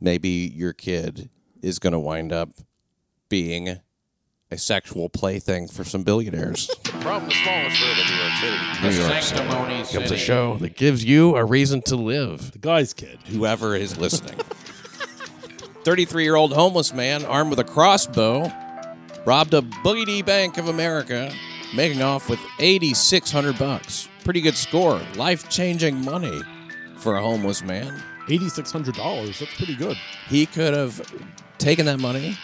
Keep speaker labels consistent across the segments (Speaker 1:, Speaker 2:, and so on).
Speaker 1: maybe your kid is going to wind up being a sexual plaything for some billionaires.
Speaker 2: From the smallest room in New York City.
Speaker 1: New York City
Speaker 3: Sanctimony
Speaker 1: comes a
Speaker 3: City.
Speaker 1: show that gives you a reason to live.
Speaker 4: The guy's kid.
Speaker 1: whoever is listening. 33 year old homeless man armed with a crossbow robbed a Boogedy Bank of America, making off with 8,600 bucks. Pretty good score. Life changing money for a homeless man.
Speaker 4: $8,600. That's pretty good.
Speaker 1: He could have taken that money,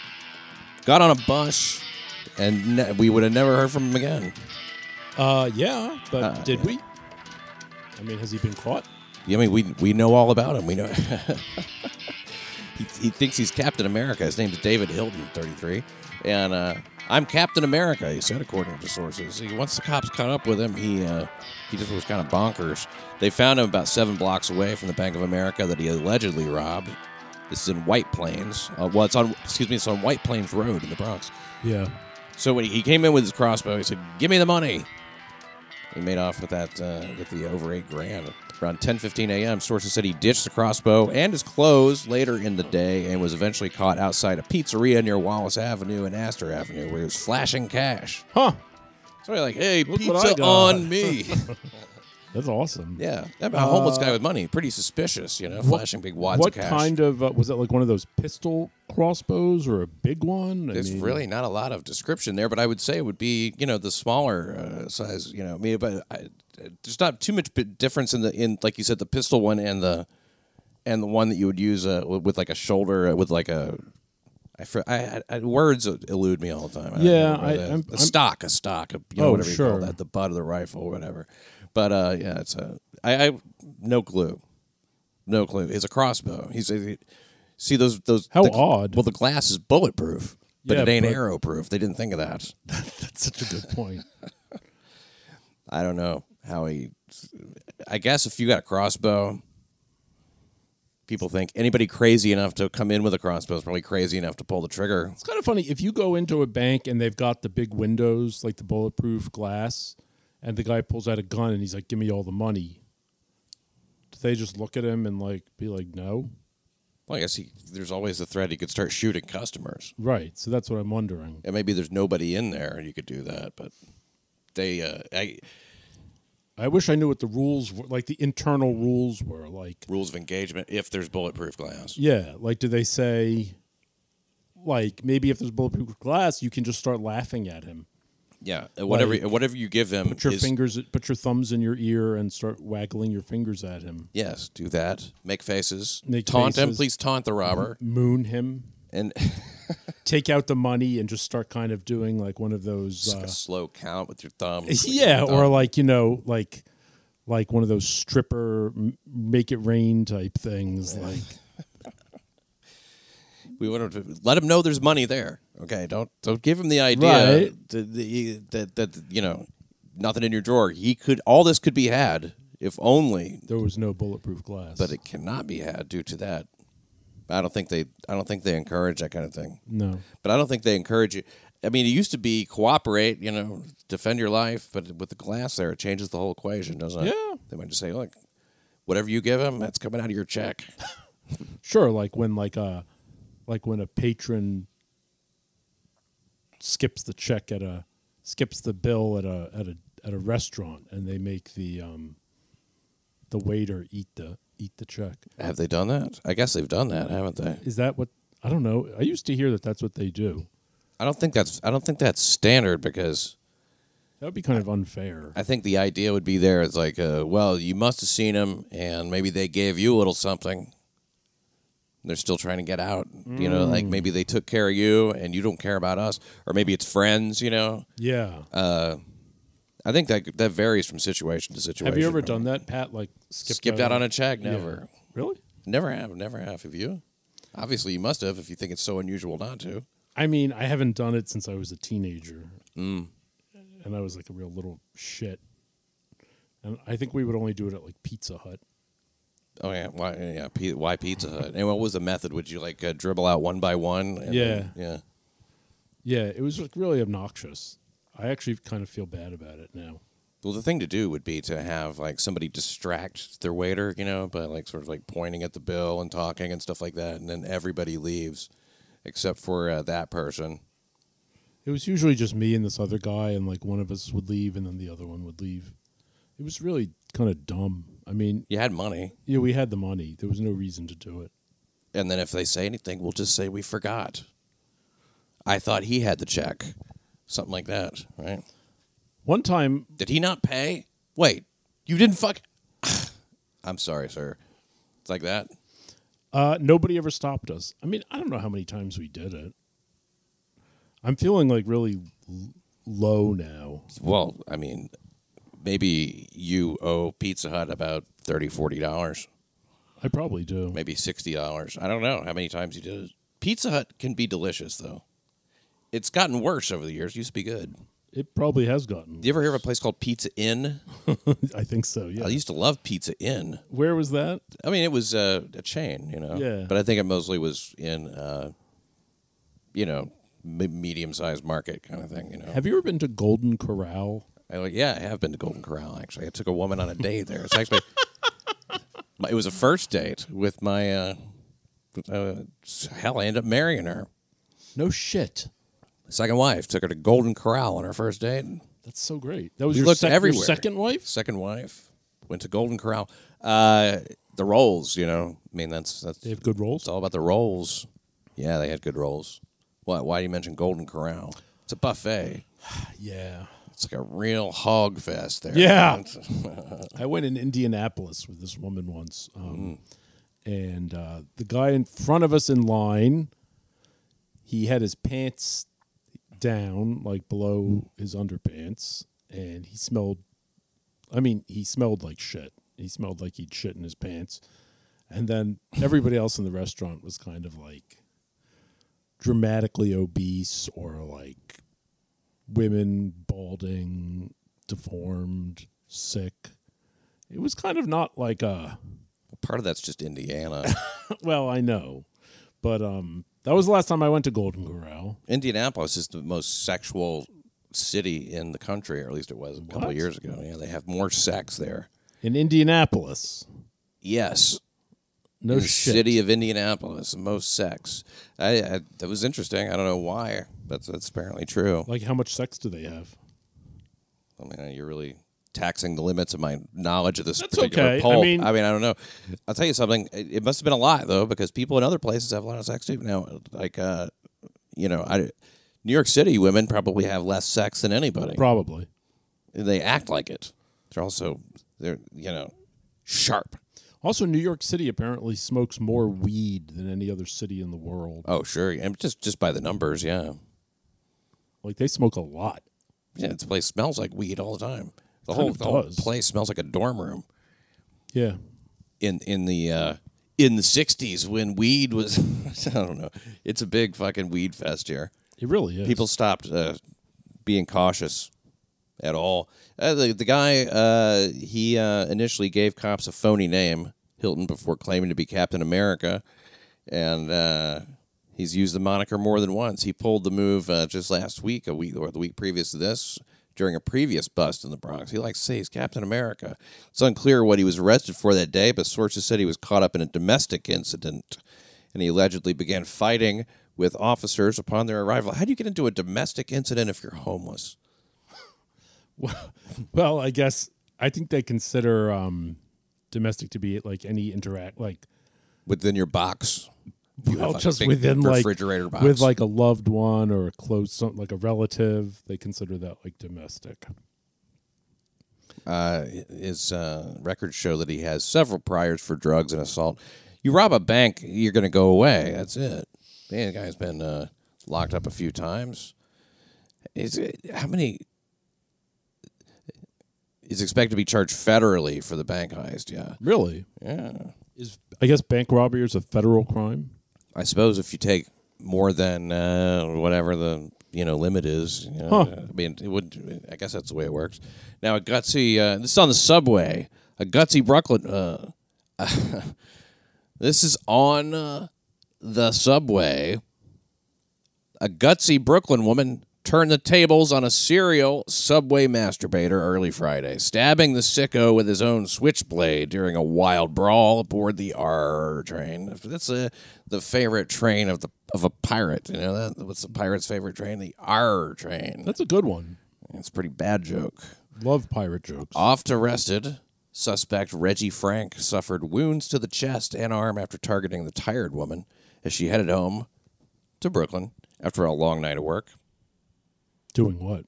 Speaker 1: got on a bus, and ne- we would have never heard from him again.
Speaker 4: Uh, yeah, but
Speaker 1: Uh,
Speaker 4: did we? I mean, has he been caught?
Speaker 1: I mean, we we know all about him. We know. he, he thinks he's Captain America. His name's David Hilton, 33, and uh, I'm Captain America. He said, according to sources. He, once the cops caught up with him, he uh, he just was kind of bonkers. They found him about seven blocks away from the Bank of America that he allegedly robbed. This is in White Plains. Uh, well, it's on excuse me, it's on White Plains Road in the Bronx.
Speaker 4: Yeah.
Speaker 1: So when he- he came in with his crossbow, he said, "Give me the money." He made off with that uh,
Speaker 4: Mm.
Speaker 1: with the over eight grand. Around 10:15 a.m., sources said he ditched the crossbow and his clothes later in the day, and was eventually caught outside a pizzeria near Wallace Avenue and Astor Avenue, where he was flashing cash.
Speaker 4: Huh.
Speaker 1: So they're like, "Hey,
Speaker 4: Look what I
Speaker 1: pizza
Speaker 4: got."
Speaker 1: on me!"
Speaker 4: That's awesome.
Speaker 1: yeah, that a homeless guy with money, pretty suspicious, you know, flashing big wads
Speaker 4: Uh, what
Speaker 1: of cash.
Speaker 4: kind of uh, was that? Like one of those pistol crossbows or a big one? I
Speaker 1: There's
Speaker 4: mean,
Speaker 1: really not a lot of description there, but I would say it would be you know the smaller uh, size. You know, I mean, but I, there's not too much bit difference in the in like you said the pistol one and the and the one that you would use uh, with, with like a shoulder uh, with like a. I, fr- I, I, words elude me all the time. I don't
Speaker 4: Yeah,
Speaker 1: know what
Speaker 4: I-
Speaker 1: that is.
Speaker 4: I'm-
Speaker 1: a
Speaker 4: I'm-
Speaker 1: stock, a stock, a, you know,
Speaker 4: Oh,
Speaker 1: whatever you
Speaker 4: sure.
Speaker 1: call that, the butt of the rifle, or whatever. But uh, yeah, it's a I, I no clue, no clue. It's a crossbow. He's a, see those those
Speaker 4: How
Speaker 1: the-
Speaker 4: odd.
Speaker 1: Well, the glass is bulletproof, but
Speaker 4: Yeah,
Speaker 1: it ain't
Speaker 4: but-
Speaker 1: arrow proof. They didn't think of that.
Speaker 4: That's such a good point.
Speaker 1: I don't know how he. I guess if you got a crossbow, people think anybody crazy enough to come in with a crossbow is probably crazy enough to pull the trigger.
Speaker 4: It's kind of funny if you go into a bank and they've got the big windows, like the bulletproof glass, and the guy pulls out a gun and he's like, "Give me all the money." Do they just look at him and like be like, "No"?
Speaker 1: Well, I guess he, there's always a threat he could start shooting customers.
Speaker 4: Right. So that's what I'm wondering.
Speaker 1: And maybe there's nobody in there and you could do that, but they. Uh, I,
Speaker 4: I wish I knew what the rules were, like the internal rules were. Like,
Speaker 1: rules of engagement if there's bulletproof glass.
Speaker 4: yeah, like do they say, like maybe if there's bulletproof glass, you can just start laughing at him.
Speaker 1: Yeah, uh, whatever
Speaker 4: Like,
Speaker 1: whatever you give him
Speaker 4: Put your
Speaker 1: is-
Speaker 4: fingers, put your thumbs in your ear, and start waggling your fingers at him.
Speaker 1: Yes, do that. Make faces.
Speaker 4: Make
Speaker 1: taunt him.
Speaker 4: faces.
Speaker 1: Please taunt the robber.
Speaker 4: Moon him.
Speaker 1: And
Speaker 4: take out the money and just start kind of doing like one of those
Speaker 1: like a
Speaker 4: uh,
Speaker 1: slow count with your thumb.
Speaker 4: yeah or
Speaker 1: uh,
Speaker 4: like you know like like one of those stripper m- make it rain type things like
Speaker 1: we want to let him know there's money there. Okay, don't don't give him the idea
Speaker 4: Right.
Speaker 1: that, the- that that you know nothing in your drawer. He could all this could be had if only,
Speaker 4: there was no bulletproof glass
Speaker 1: but it cannot be had due to that. I don't think they I don't think they encourage that kind of thing.
Speaker 4: no
Speaker 1: but I don't think they encourage you. I mean, it used to be cooperate, you know, defend your life, but with the glass there, it changes the whole equation, doesn't it?
Speaker 4: Yeah.
Speaker 1: They might just say, look, whatever you give him, that's coming out of your check.
Speaker 4: sure like when like a like when a patron skips the check at a skips the bill at a at a at a restaurant and they make the um the waiter eat the eat the check
Speaker 1: Have they done that? I guess they've done that, haven't they?
Speaker 4: is that what i don't know i used to hear that that's what they do
Speaker 1: I don't think that's I don't think that's standard because
Speaker 4: That would be kind of unfair.
Speaker 1: I think the idea would be there. It's like, uh, well, you must have seen him, and maybe they gave you a little something. They're still trying to get out, you know. Like maybe they took care of you, and you don't care about us, or maybe it's friends, you know.
Speaker 4: yeah.
Speaker 1: I think that that varies from situation to situation.
Speaker 4: Have you ever done that, Pat? Like skipped,
Speaker 1: Skipped out on a check? Never,
Speaker 4: Really?
Speaker 1: never have, never have. Have you? Obviously, you must have if you think it's so unusual not to.
Speaker 4: I mean, I haven't done it since I was a teenager, and I was like a real little shit. And I think we would only do it at like Pizza Hut.
Speaker 1: Oh yeah, why? Yeah, P- why Pizza Hut? And what was the method? Would you like uh, dribble out one by one? And then- yeah.
Speaker 4: Yeah, it was like really obnoxious. I actually kind of feel bad about it now.
Speaker 1: Well, the thing to do would be to have like somebody distract their waiter, you know, by like sort of like pointing at the bill and talking and stuff like that, and then everybody leaves except for uh, that person.
Speaker 4: It was usually just me and this other guy, and like one of us would leave, and then the other one would leave. It was really kind of dumb. I mean,
Speaker 1: You had money,
Speaker 4: yeah, we had the money. There was no reason to do it.
Speaker 1: and then if they say anything, we'll just say we forgot. I thought he had the check, something like that, right?
Speaker 4: One time,
Speaker 1: Did he not pay? Wait, you didn't fuck. I'm sorry, sir. It's like that.
Speaker 4: uh, nobody ever stopped us. I mean, I don't know how many times we did it. I'm feeling like really l- low now.
Speaker 1: Well, I mean, maybe you owe Pizza Hut about 30 dollars,
Speaker 4: I probably do.
Speaker 1: maybe sixty dollars. I don't know how many times you did it. Pizza Hut can be delicious though. It's gotten worse over the years. It used to be good.
Speaker 4: It probably has gotten.
Speaker 1: You ever hear of a place called Pizza Inn?
Speaker 4: I think so. Yeah.
Speaker 1: I used to love Pizza Inn.
Speaker 4: Where was that?
Speaker 1: I mean, it was uh, a chain, you know.
Speaker 4: Yeah.
Speaker 1: But I think it mostly was in, uh, you know, m- medium-sized market kind of thing. You know.
Speaker 4: Have you ever been to Golden Corral?
Speaker 1: I like, yeah, I have been to Golden Corral actually. I took a woman on a date there. It's actually it was a first date with my uh, uh hell, I ended up marrying her.
Speaker 4: No shit.
Speaker 1: Second wife took her to Golden Corral on her first date.
Speaker 4: That's so great. That was
Speaker 1: We
Speaker 4: your,
Speaker 1: looked
Speaker 4: sec- your
Speaker 1: everywhere.
Speaker 4: second wife?
Speaker 1: Second wife went to Golden Corral. Uh, the rolls, you know, I mean that's that's
Speaker 4: They
Speaker 1: it's
Speaker 4: have good rolls.
Speaker 1: all about the rolls. Yeah, they had good rolls. Why? Why do you mention Golden Corral? It's a buffet.
Speaker 4: Yeah.
Speaker 1: It's like a real hog fest there.
Speaker 4: Yeah. I went in Indianapolis with this woman once, um, and uh, the guy in front of us in line, he had his pants down, like below his underpants, and he smelled. I mean, he smelled like shit. He smelled like he'd shit in his pants, and then everybody else in the restaurant was kind of like dramatically obese or like women balding, deformed, sick. It was kind of not like a
Speaker 1: Part of that's just Indiana.
Speaker 4: well, I know, but um, that was the last time I went to Golden Corral.
Speaker 1: Indianapolis is the most sexual city in the country, or at least it was a couple
Speaker 4: What?
Speaker 1: of years ago. Yeah, they have more sex there.
Speaker 4: In Indianapolis,
Speaker 1: Yes,
Speaker 4: no
Speaker 1: in the
Speaker 4: shit.
Speaker 1: city of Indianapolis, the most sex. I, I that was interesting. I don't know why. That's that's apparently true.
Speaker 4: like, how much sex do they have?
Speaker 1: I mean, you're really taxing the limits of my knowledge of this
Speaker 4: That's
Speaker 1: particular
Speaker 4: okay. I
Speaker 1: poll.
Speaker 4: mean-
Speaker 1: I mean, I don't know. I'll tell you something. It, it must have been a lot though, because people in other places have a lot of sex too. Now, like, uh, you know, I. New York City women probably have less sex than anybody.
Speaker 4: Probably.
Speaker 1: they act like it. They're also they're you know sharp.
Speaker 4: Also, New York City apparently smokes more weed than any other city in the world.
Speaker 1: Oh sure, and just just by the numbers, yeah,
Speaker 4: Like, they smoke a lot.
Speaker 1: yeah. This place smells like weed all the time. The
Speaker 4: Kind
Speaker 1: whole
Speaker 4: of
Speaker 1: the whole
Speaker 4: does.
Speaker 1: place smells like a dorm room
Speaker 4: Yeah.
Speaker 1: in in the uh, in the '60s when weed was. I don't know. It's a big fucking weed fest here.
Speaker 4: It really is.
Speaker 1: people stopped uh, being cautious at all. Uh, the, the guy, uh, he uh, initially gave cops a phony name, Hilton, before claiming to be Captain America. And uh, he's used the moniker more than once. He pulled the move uh, just last week, a week or the week previous to this, during a previous bust in the Bronx. He likes to say he's Captain America. It's unclear what he was arrested for that day, but sources said he was caught up in a domestic incident and he allegedly began fighting with officers upon their arrival. How do you get into a domestic incident if you're homeless?
Speaker 4: Well, I guess I think they consider um, domestic to be like any interact, like
Speaker 1: Within your box. You
Speaker 4: well,
Speaker 1: have a
Speaker 4: just
Speaker 1: big
Speaker 4: within like
Speaker 1: refrigerator box.
Speaker 4: with like a loved one or a close, some, like a relative. They consider that like domestic.
Speaker 1: Uh, his uh, records show that he has several priors for drugs and assault. You rob a bank, you're going to go away. That's it. Man, the guy's been uh, locked up a few times. Is it, how many? He's expected to be charged federally for the bank heist. Yeah,
Speaker 4: Really,
Speaker 1: yeah.
Speaker 4: is I guess bank robbery is a federal crime.
Speaker 1: I suppose if you take more than uh, whatever the you know limit is, you know,
Speaker 4: Huh.
Speaker 1: I mean, it would. I guess that's the way it works. Now, a gutsy. Uh, this is on the subway. A gutsy Brooklyn. Uh, this is on uh, the subway. A gutsy Brooklyn woman turned the tables on a serial subway masturbator early Friday, stabbing the sicko with his own switchblade during a wild brawl aboard the R train. That's uh the favorite train of the of a pirate. You know that what's the pirate's favorite train? The R train.
Speaker 4: That's a good one.
Speaker 1: It's a pretty bad joke.
Speaker 4: Love pirate jokes.
Speaker 1: Oft arrested, suspect Reggie Frank suffered wounds to the chest and arm after targeting the tired woman as she headed home to Brooklyn after a long night of work.
Speaker 4: Doing what?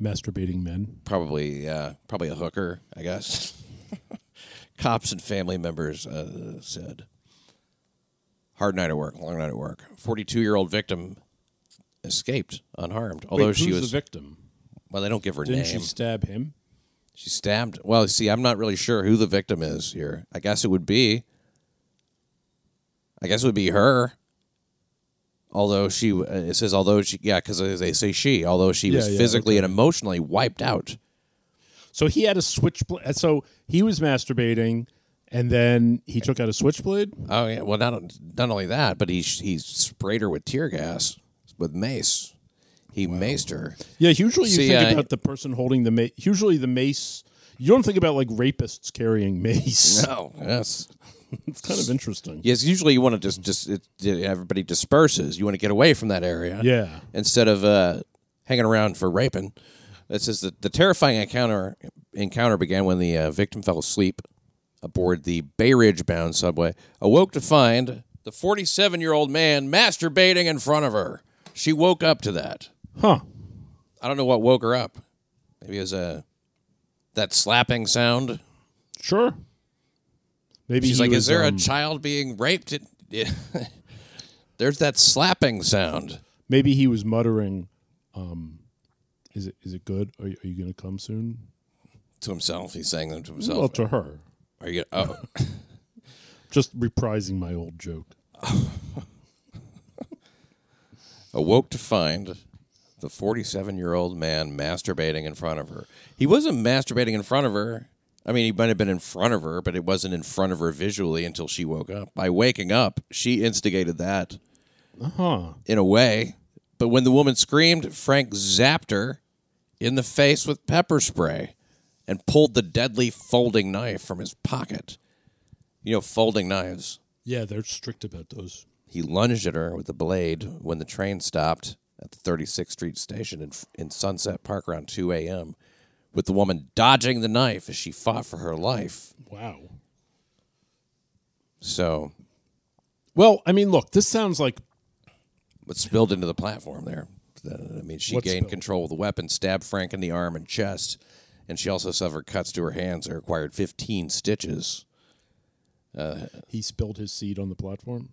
Speaker 4: Masturbating men.
Speaker 1: Probably, uh, probably a hooker, I guess. Cops and family members uh, said, "Hard night at work, long night at work." Forty-two-year-old victim escaped unharmed, although
Speaker 4: Wait,
Speaker 1: she
Speaker 4: who's
Speaker 1: was.
Speaker 4: the victim?
Speaker 1: well, they don't give her
Speaker 4: Didn't
Speaker 1: name.
Speaker 4: she stab him?
Speaker 1: She stabbed. Well, see, I'm not really sure who the victim is here. I guess it would be. I guess it would be her. Although she, uh, it says, although she, yeah, because they say she, although she was
Speaker 4: Yeah, yeah,
Speaker 1: physically and emotionally wiped out.
Speaker 4: So he had a switchblade. So he was masturbating, and then he took out a switchblade.
Speaker 1: Oh yeah, well not not only that, but he he sprayed her with tear gas with mace. He maced her.
Speaker 4: Yeah, usually you
Speaker 1: See,
Speaker 4: think
Speaker 1: I-
Speaker 4: about the person holding the mace. Usually the mace. You don't think about like rapists carrying mace.
Speaker 1: Oh yes,
Speaker 4: it's kind of interesting.
Speaker 1: yes. Usually you want to just just it, everybody disperses. You want to get away from that area.
Speaker 4: Yeah.
Speaker 1: instead of uh, hanging around for raping. It says that the terrifying encounter encounter began when the uh, victim fell asleep aboard the Bay Ridge bound subway, awoke to find the 47 year old man masturbating in front of her. She woke up to that.
Speaker 4: Huh.
Speaker 1: I don't know what woke her up. Maybe it was uh, that slapping sound.
Speaker 4: Sure. Maybe
Speaker 1: She's
Speaker 4: he
Speaker 1: like,
Speaker 4: was,
Speaker 1: "Is there
Speaker 4: um,
Speaker 1: a child being raped?" It- There's that slapping sound.
Speaker 4: maybe he was muttering, um, "Is it is it good? Are you, are you going to come soon?"
Speaker 1: To himself, he's saying them to
Speaker 4: Well,
Speaker 1: himself.
Speaker 4: to her,
Speaker 1: Are you? Oh,
Speaker 4: just reprising my old joke.
Speaker 1: awoke to find the 47 year old man masturbating in front of her. He wasn't masturbating in front of her. I mean, he might have been in front of her, but it wasn't in front of her visually until she woke up. By waking up, she instigated that
Speaker 4: Huh?
Speaker 1: in a way. But when the woman screamed, Frank zapped her in the face with pepper spray and pulled the deadly folding knife from his pocket. You know, folding knives.
Speaker 4: Yeah, they're strict about those.
Speaker 1: He lunged at her with the blade when the train stopped at the 36th Street station in, in Sunset Park around 2 a.m., with the woman dodging the knife as she fought for her life.
Speaker 4: Wow.
Speaker 1: So,
Speaker 4: Well, I mean, look, this sounds like
Speaker 1: what spilled into the platform there? Uh, I mean, she
Speaker 4: What
Speaker 1: gained
Speaker 4: spilled?
Speaker 1: control of the weapon, stabbed Frank in the arm and chest, and she also suffered cuts to her hands and required 15 stitches.
Speaker 4: he spilled his seed on the platform.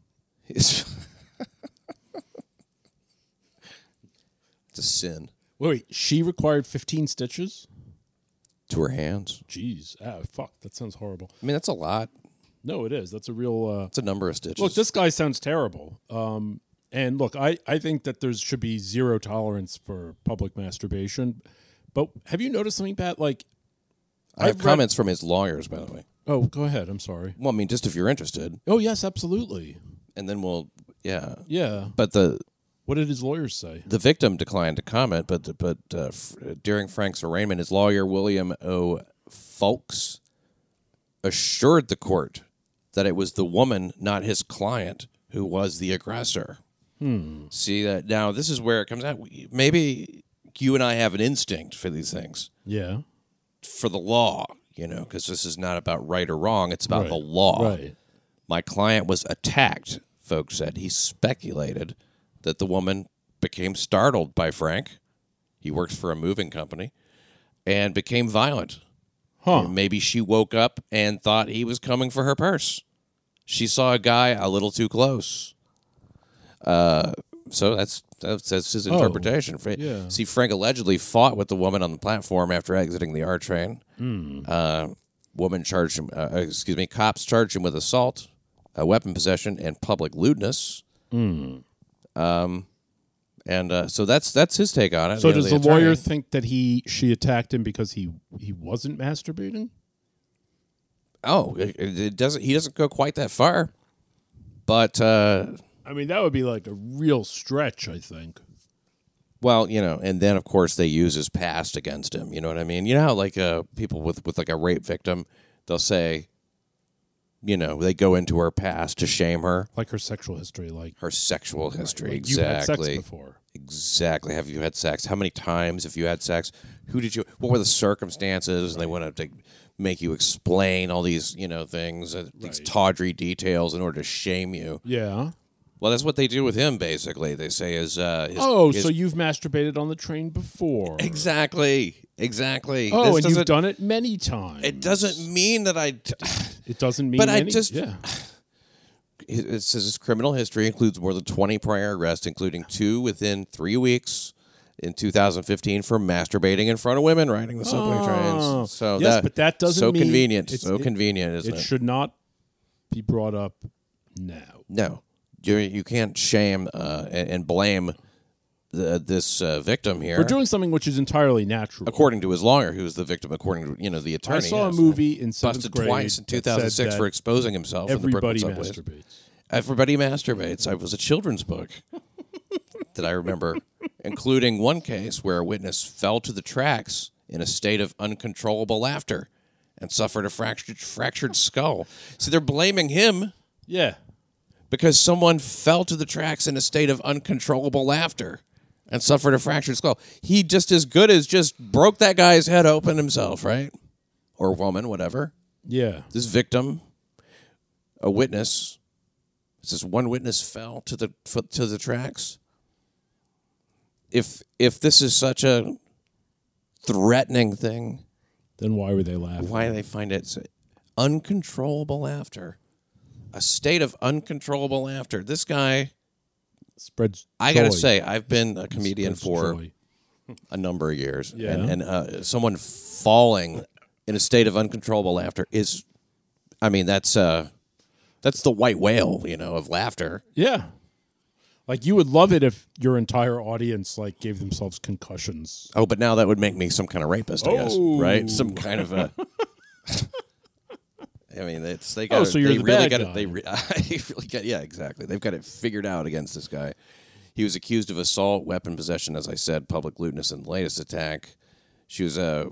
Speaker 1: It's it's a sin
Speaker 4: Wait, wait, she required 15 stitches?
Speaker 1: to her hands.
Speaker 4: Jeez, ah, fuck, that sounds horrible.
Speaker 1: I mean, that's a lot.
Speaker 4: No, it is. That's a real. Uh,
Speaker 1: It's a number of stitches.
Speaker 4: look, this guy sounds terrible. Um, and look, I, I think that there should be zero tolerance for public masturbation. But have you noticed something, Pat? Like,
Speaker 1: I have
Speaker 4: I've read-
Speaker 1: comments from his lawyers, by the way.
Speaker 4: oh, go ahead. I'm sorry.
Speaker 1: Well, I mean, just if you're interested,
Speaker 4: Oh, yes, absolutely.
Speaker 1: and then we'll, yeah.
Speaker 4: Yeah.
Speaker 1: But the
Speaker 4: What did his lawyers say?
Speaker 1: the victim declined to comment, but the, but uh, f- during Frank's arraignment, his lawyer William O. Fulks assured the court that it was the woman, not his client, who was the aggressor. Hmm. See that now? This is where it comes out. We- Maybe you and I have an instinct for these things,
Speaker 4: Yeah.
Speaker 1: for the law, you know, because this is not about right or wrong. It's about
Speaker 4: Right.
Speaker 1: the law.
Speaker 4: Right.
Speaker 1: My client was attacked, folks said. He speculated that the woman became startled by Frank. He works for a moving company and became violent.
Speaker 4: Huh.
Speaker 1: And maybe she woke up and thought he was coming for her purse. She saw a guy a little too close. Uh, so that's that's, that's his interpretation. Fra-
Speaker 4: Oh. yeah.
Speaker 1: See, Frank allegedly fought with the woman on the platform after exiting the R train
Speaker 4: Hmm.
Speaker 1: Uh, woman charged him uh, excuse me cops charged him with assault uh, weapon possession and public lewdness
Speaker 4: Hmm.
Speaker 1: um, and uh, so that's that's his take on it
Speaker 4: So does the
Speaker 1: attorney-
Speaker 4: lawyer think that he she attacked him because he he wasn't masturbating?
Speaker 1: oh it, it doesn't he doesn't go quite that far but uh,
Speaker 4: I mean, that would be like a real stretch, I think.
Speaker 1: Well, you know, and then of course they use his past against him. You know what I mean? You know how like uh, people with with like a rape victim, they'll say, you know, they go into her past to shame her,
Speaker 4: Like her sexual history, like,
Speaker 1: her sexual history.
Speaker 4: like you've had sex
Speaker 1: exactly.
Speaker 4: before.
Speaker 1: Exactly. Have you had sex? How many times have you had sex? Who did you? What were the circumstances? And they want to make you explain all these, you know, things, uh, these
Speaker 4: Right.
Speaker 1: tawdry details, in order to shame you.
Speaker 4: Yeah.
Speaker 1: Well, that's what they do with him. Basically, they say is, uh, his,
Speaker 4: Oh,
Speaker 1: his-
Speaker 4: so you've masturbated on the train before.
Speaker 1: exactly, exactly.
Speaker 4: Oh,
Speaker 1: This
Speaker 4: and you've
Speaker 1: doesn't-
Speaker 4: done it many times.
Speaker 1: It doesn't mean that I.
Speaker 4: It doesn't mean.
Speaker 1: But I
Speaker 4: any-
Speaker 1: just-
Speaker 4: Yeah.
Speaker 1: it says his criminal history includes more than 20 prior arrests, including two within three weeks in 2015 for masturbating in front of women riding the subway
Speaker 4: Oh.
Speaker 1: trains. So
Speaker 4: Yes,
Speaker 1: that,
Speaker 4: but that doesn't
Speaker 1: so
Speaker 4: mean
Speaker 1: convenient.
Speaker 4: it's-
Speaker 1: So
Speaker 4: it-
Speaker 1: convenient, isn't
Speaker 4: It
Speaker 1: it?
Speaker 4: should not be brought up now.
Speaker 1: no, you you can't shame uh, and, and blame the, this uh, victim here.
Speaker 4: We're doing something which is entirely natural.
Speaker 1: according to his lawyer, who was the victim, according to you know the attorney.
Speaker 4: I saw a
Speaker 1: yes.
Speaker 4: movie in seventh
Speaker 1: Busted
Speaker 4: grade
Speaker 1: twice in
Speaker 4: that said
Speaker 1: 2006
Speaker 4: that
Speaker 1: for exposing himself. in the Brooklyn
Speaker 4: everybody
Speaker 1: subways.
Speaker 4: masturbates.
Speaker 1: Everybody masturbates. I was a children's book that I remember, including one case where a witness fell to the tracks in a state of uncontrollable laughter and suffered a fractured, fractured skull. So they're blaming him
Speaker 4: Yeah.
Speaker 1: because someone fell to the tracks in a state of uncontrollable laughter and suffered a fractured skull. He just as good as just broke that guy's head open himself, right? Or woman, whatever
Speaker 4: Yeah.
Speaker 1: this victim, a witness, it says one witness fell to the foot to the tracks. If if this is such a threatening thing,
Speaker 4: Then why were they laughing?
Speaker 1: why do they find it so- uncontrollable laughter? A state of uncontrollable laughter. This guy,
Speaker 4: Spreads.
Speaker 1: I gotta
Speaker 4: joy.
Speaker 1: say, I've been a comedian
Speaker 4: Spreads
Speaker 1: for
Speaker 4: joy.
Speaker 1: a number of years,
Speaker 4: Yeah.
Speaker 1: and, and uh, someone falling in a state of uncontrollable laughter is, I mean, that's uh, that's the white whale, you know, of laughter.
Speaker 4: Yeah. Like you would love it if your entire audience like gave themselves concussions.
Speaker 1: Oh, but now that would make me some kind of rapist, I guess,
Speaker 4: Oh.
Speaker 1: right? Some kind of a. I mean, it's they got.
Speaker 4: Oh, so you're
Speaker 1: they
Speaker 4: the
Speaker 1: really
Speaker 4: bad
Speaker 1: got it.
Speaker 4: guy.
Speaker 1: They re- I really got. Yeah, exactly. They've got it figured out against this guy. He was accused of assault, weapon possession, as I said, public lewdness, in the latest attack. She was Uh,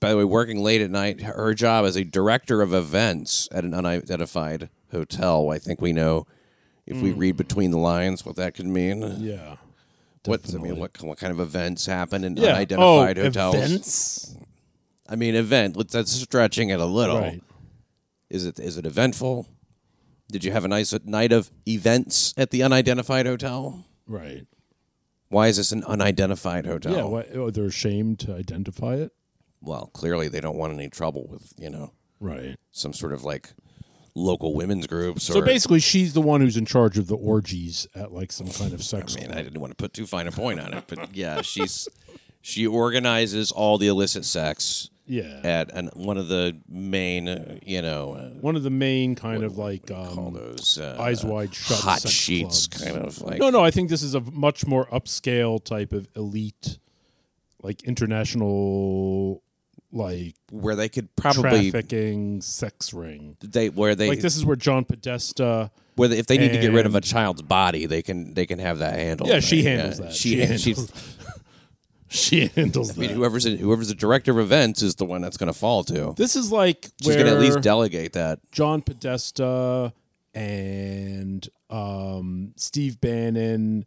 Speaker 1: by the way, working late at night. Her job as a director of events at an unidentified hotel. I think we know, if
Speaker 4: Hmm.
Speaker 1: we read between the lines, what that could mean.
Speaker 4: Yeah.
Speaker 1: What I mean, what, what kind of events happen in
Speaker 4: Yeah.
Speaker 1: unidentified
Speaker 4: oh,
Speaker 1: hotels?
Speaker 4: Events?
Speaker 1: I mean, event. let's- That's stretching it a little.
Speaker 4: Right.
Speaker 1: Is it is it eventful? Did you have a nice night of events at the unidentified hotel?
Speaker 4: Right.
Speaker 1: Why is this an unidentified hotel?
Speaker 4: Yeah. Why, oh, they're ashamed to identify it.
Speaker 1: well, clearly they don't want any trouble with you know
Speaker 4: Right.
Speaker 1: some sort of like local women's groups.
Speaker 4: So
Speaker 1: or,
Speaker 4: basically, she's the one who's in charge of the orgies at like some kind of sex.
Speaker 1: I mean,
Speaker 4: club.
Speaker 1: I didn't want to put too fine a point on it, but yeah, she's she organizes all the illicit sex
Speaker 4: yeah.
Speaker 1: at an, one of the main uh, you know. Uh,
Speaker 4: one of the main kind of like um,
Speaker 1: those uh,
Speaker 4: eyes wide shut
Speaker 1: hot
Speaker 4: sex
Speaker 1: sheets
Speaker 4: clubs.
Speaker 1: kind of like
Speaker 4: No, no, I think this is a much more upscale type of elite, like international, like
Speaker 1: where they could probably
Speaker 4: trafficking sex ring.
Speaker 1: they where they
Speaker 4: Like this is where John Podesta.
Speaker 1: where they, if they need to get rid of a
Speaker 4: and-
Speaker 1: child's body they can they can have that handled
Speaker 4: Yeah, she
Speaker 1: right?
Speaker 4: handles that.
Speaker 1: she,
Speaker 4: She
Speaker 1: hand-
Speaker 4: handles
Speaker 1: she's
Speaker 4: She handles
Speaker 1: I mean,
Speaker 4: that.
Speaker 1: whoever's in, whoever's the director of events is the one that's going to fall to
Speaker 4: This is like
Speaker 1: she's
Speaker 4: where
Speaker 1: going to at least delegate that
Speaker 4: John Podesta and um, Steve Bannon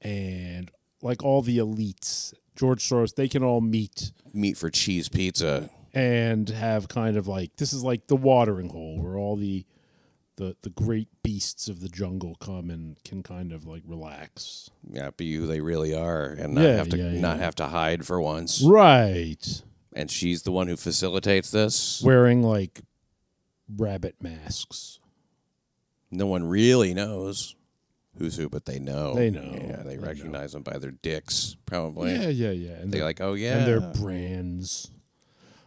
Speaker 4: and like all the elites, George Soros, they can all meet
Speaker 1: meat for cheese pizza
Speaker 4: and have kind of like this is like the watering hole where all the the the great beasts of the jungle come and can kind of like relax.
Speaker 1: yeah be who they really are and not
Speaker 4: Yeah,
Speaker 1: have to
Speaker 4: yeah, yeah.
Speaker 1: not have to hide for once
Speaker 4: Right.
Speaker 1: and she's the one who facilitates this
Speaker 4: Wearing like rabbit masks.
Speaker 1: no one really knows who's who but they know
Speaker 4: They know.
Speaker 1: yeah they,
Speaker 4: They know.
Speaker 1: recognize them by their dicks probably
Speaker 4: Yeah, yeah, yeah. And
Speaker 1: They're
Speaker 4: their-
Speaker 1: like, oh yeah,
Speaker 4: and their brands.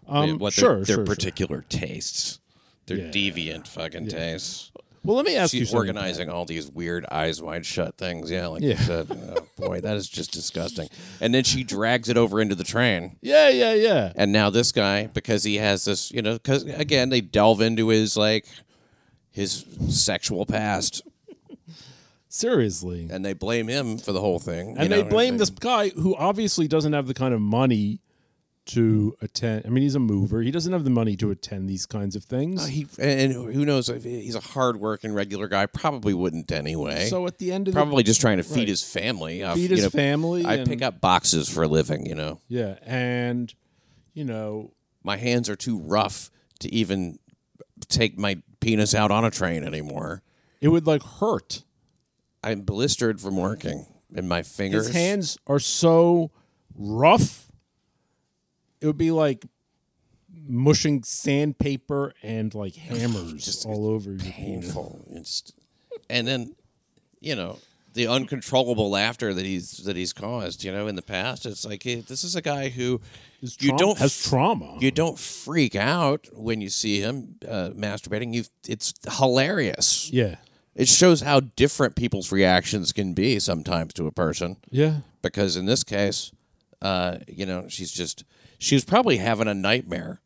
Speaker 1: They-
Speaker 4: Um,
Speaker 1: what their-
Speaker 4: sure,
Speaker 1: their,
Speaker 4: sure, sure.
Speaker 1: particular tastes, their
Speaker 4: Yeah.
Speaker 1: deviant fucking tastes.
Speaker 4: Well, let me ask you
Speaker 1: She's
Speaker 4: something.
Speaker 1: organizing all these weird eyes wide shut things. Yeah, like you
Speaker 4: Yeah.
Speaker 1: said, oh, boy, that is just disgusting. And then she drags it over into the train.
Speaker 4: Yeah, yeah, yeah.
Speaker 1: And now this guy, because he has this, you know, because again they delve into his like his sexual past.
Speaker 4: Seriously.
Speaker 1: and they blame him for the whole thing. you
Speaker 4: And
Speaker 1: know,
Speaker 4: they blame
Speaker 1: and-
Speaker 4: this guy who obviously doesn't have the kind of money to attend. I mean, he's a mover. He doesn't have the money to attend these kinds of
Speaker 1: Uh,
Speaker 4: things.
Speaker 1: He and who knows if he's a hardworking regular guy. Probably wouldn't anyway.
Speaker 4: so at the end of
Speaker 1: probably just trying to feed
Speaker 4: Right.
Speaker 1: his family. off,
Speaker 4: the feed
Speaker 1: you
Speaker 4: his
Speaker 1: know,
Speaker 4: family.
Speaker 1: I
Speaker 4: and,
Speaker 1: pick up boxes for a living. You know,
Speaker 4: Yeah, and you know,
Speaker 1: my hands are too rough to even take my penis out on a train anymore.
Speaker 4: it would like hurt.
Speaker 1: I'm blistered from working, and my fingers.
Speaker 4: His hands are so rough. It would be like mushing sandpaper and like hammers all over your penis.
Speaker 1: painful. It's, and then, you know, the uncontrollable laughter that he's that he's caused, you know, in the past. It's like eh, this is a guy who
Speaker 4: His
Speaker 1: you
Speaker 4: traum-
Speaker 1: don't
Speaker 4: has trauma.
Speaker 1: you don't freak out when you see him uh, masturbating. You it's hilarious.
Speaker 4: yeah,
Speaker 1: It shows how different people's reactions can be sometimes to a person.
Speaker 4: yeah.
Speaker 1: Because in this case, uh, you know, she's just she was probably having a nightmare,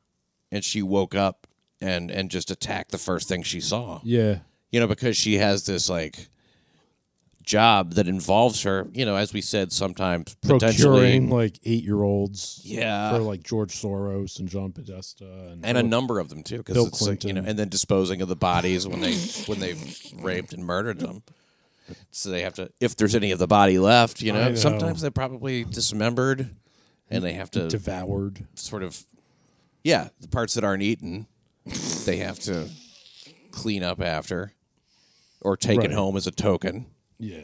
Speaker 1: and she woke up and and just attacked the first thing she saw
Speaker 4: Yeah.
Speaker 1: you know, because she has this like job that involves her, you know, as we said, sometimes
Speaker 4: Procuring
Speaker 1: potentially
Speaker 4: like eight year olds.
Speaker 1: Yeah.
Speaker 4: For like George Soros and John Podesta and,
Speaker 1: and a number of them too, because
Speaker 4: Bill
Speaker 1: it's like, you know,
Speaker 4: Clinton.
Speaker 1: and then disposing of the bodies when they when they've raped and murdered them. So they have to, if there's any of the body left, you know,
Speaker 4: know.
Speaker 1: sometimes they're probably dismembered, and they have to
Speaker 4: devoured.
Speaker 1: sort of, yeah, the parts that aren't eaten, they have to clean up after, or take
Speaker 4: Right.
Speaker 1: it home as a token.
Speaker 4: Yeah.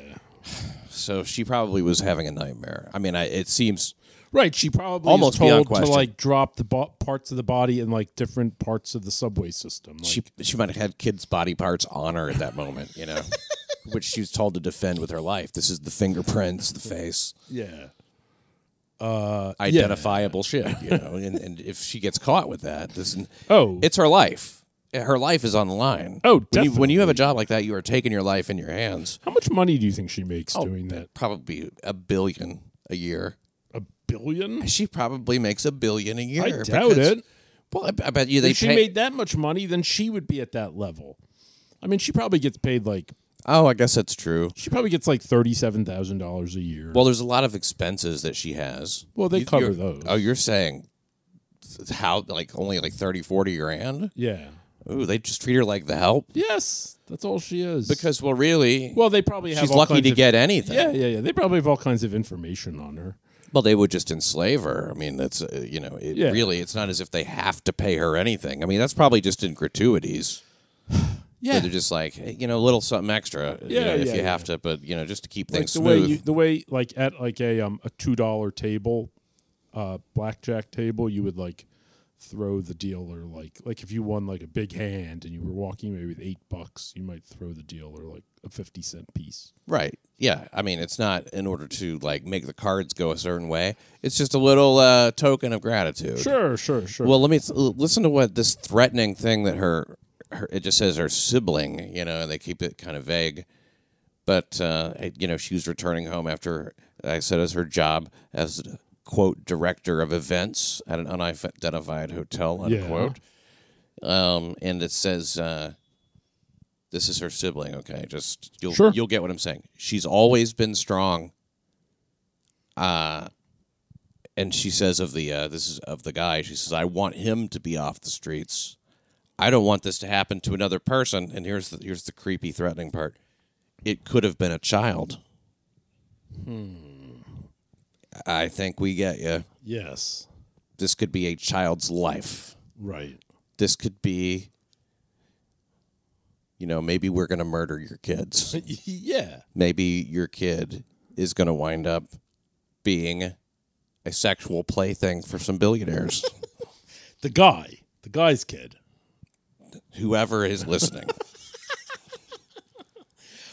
Speaker 1: So she probably was having a nightmare. I mean, I, it seems
Speaker 4: Right. She probably
Speaker 1: Almost
Speaker 4: almost
Speaker 1: beyond
Speaker 4: told to
Speaker 1: question.
Speaker 4: like drop the bo- parts of the body in like different parts of the subway system. Like,
Speaker 1: she she might have had kids' body parts on her at that moment, you know, which she was told to defend with her life. This is the fingerprints, the face,
Speaker 4: yeah. Uh,
Speaker 1: identifiable shit, you know. And, and if she gets caught with that, this
Speaker 4: Oh.
Speaker 1: it's her life. Her life is on the line.
Speaker 4: Oh,
Speaker 1: when you, when you have a job like that, you are taking your life in your hands.
Speaker 4: How much money do you think she makes
Speaker 1: Oh,
Speaker 4: doing that?
Speaker 1: Probably a billion a year.
Speaker 4: A billion?
Speaker 1: She probably makes a billion a year.
Speaker 4: I doubt
Speaker 1: because-
Speaker 4: it.
Speaker 1: Well, I, I bet you they
Speaker 4: If she
Speaker 1: pay-
Speaker 4: made that much money, then she would be at that level. I mean, she probably gets paid like
Speaker 1: oh, I guess that's true.
Speaker 4: she probably gets like thirty-seven thousand dollars a year.
Speaker 1: Well, there's a lot of expenses that she has.
Speaker 4: Well, they cover
Speaker 1: you're-
Speaker 4: those.
Speaker 1: Oh, you're saying th- how like only like 30 40 grand?
Speaker 4: yeah.
Speaker 1: Ooh, they just treat her like the help
Speaker 4: Yes, that's all she is.
Speaker 1: because well really
Speaker 4: well, they probably have.
Speaker 1: she's
Speaker 4: all
Speaker 1: lucky
Speaker 4: kinds
Speaker 1: to
Speaker 4: of-
Speaker 1: get anything.
Speaker 4: Yeah, yeah, yeah. They probably have all kinds of information on her.
Speaker 1: Well, they would just enslave her. I mean, that's uh, you know, it,
Speaker 4: Yeah.
Speaker 1: really it's not as if they have to pay her anything. I mean, that's probably just in gratuities.
Speaker 4: Yeah,
Speaker 1: where They're just like, hey, you know, a little something extra you
Speaker 4: Yeah,
Speaker 1: know, if
Speaker 4: yeah,
Speaker 1: you
Speaker 4: yeah.
Speaker 1: have to, but you know, just to keep
Speaker 4: like
Speaker 1: things
Speaker 4: the way
Speaker 1: smooth.
Speaker 4: you, the way like at like a um a two dollar table, uh blackjack table, you would like throw the dealer like like if you won like a big hand and you were walking away with eight bucks, you might throw the dealer like a fifty cent piece.
Speaker 1: Right. Yeah. I mean, it's not in order to like make the cards go a certain way. It's just a little uh, token of gratitude.
Speaker 4: Sure, sure, sure.
Speaker 1: Well, let me l- listen to what this threatening thing that her, her it just says her sibling. You know, they keep it kind of vague, but uh, it- you know, she was returning home after I said as her job as quote director of events at an unidentified hotel
Speaker 4: Yeah.
Speaker 1: unquote. Um, and it says. Uh, this is her sibling, okay? Just you'll
Speaker 4: Sure.
Speaker 1: you'll get what I'm saying. She's always been strong. Uh and she says of the uh, this is of the guy. She says, "I want him to be off the streets. I don't want this to happen to another person." And here's the here's the creepy, threatening part. It could have been a child. Hmm. I think we get you.
Speaker 4: yes,
Speaker 1: This could be a child's life.
Speaker 4: right.
Speaker 1: This could be, you know, maybe we're gonna murder your kids
Speaker 4: yeah,
Speaker 1: maybe your kid is going to wind up being a sexual plaything for some billionaires,
Speaker 4: the guy, the guy's kid.
Speaker 1: whoever is listening.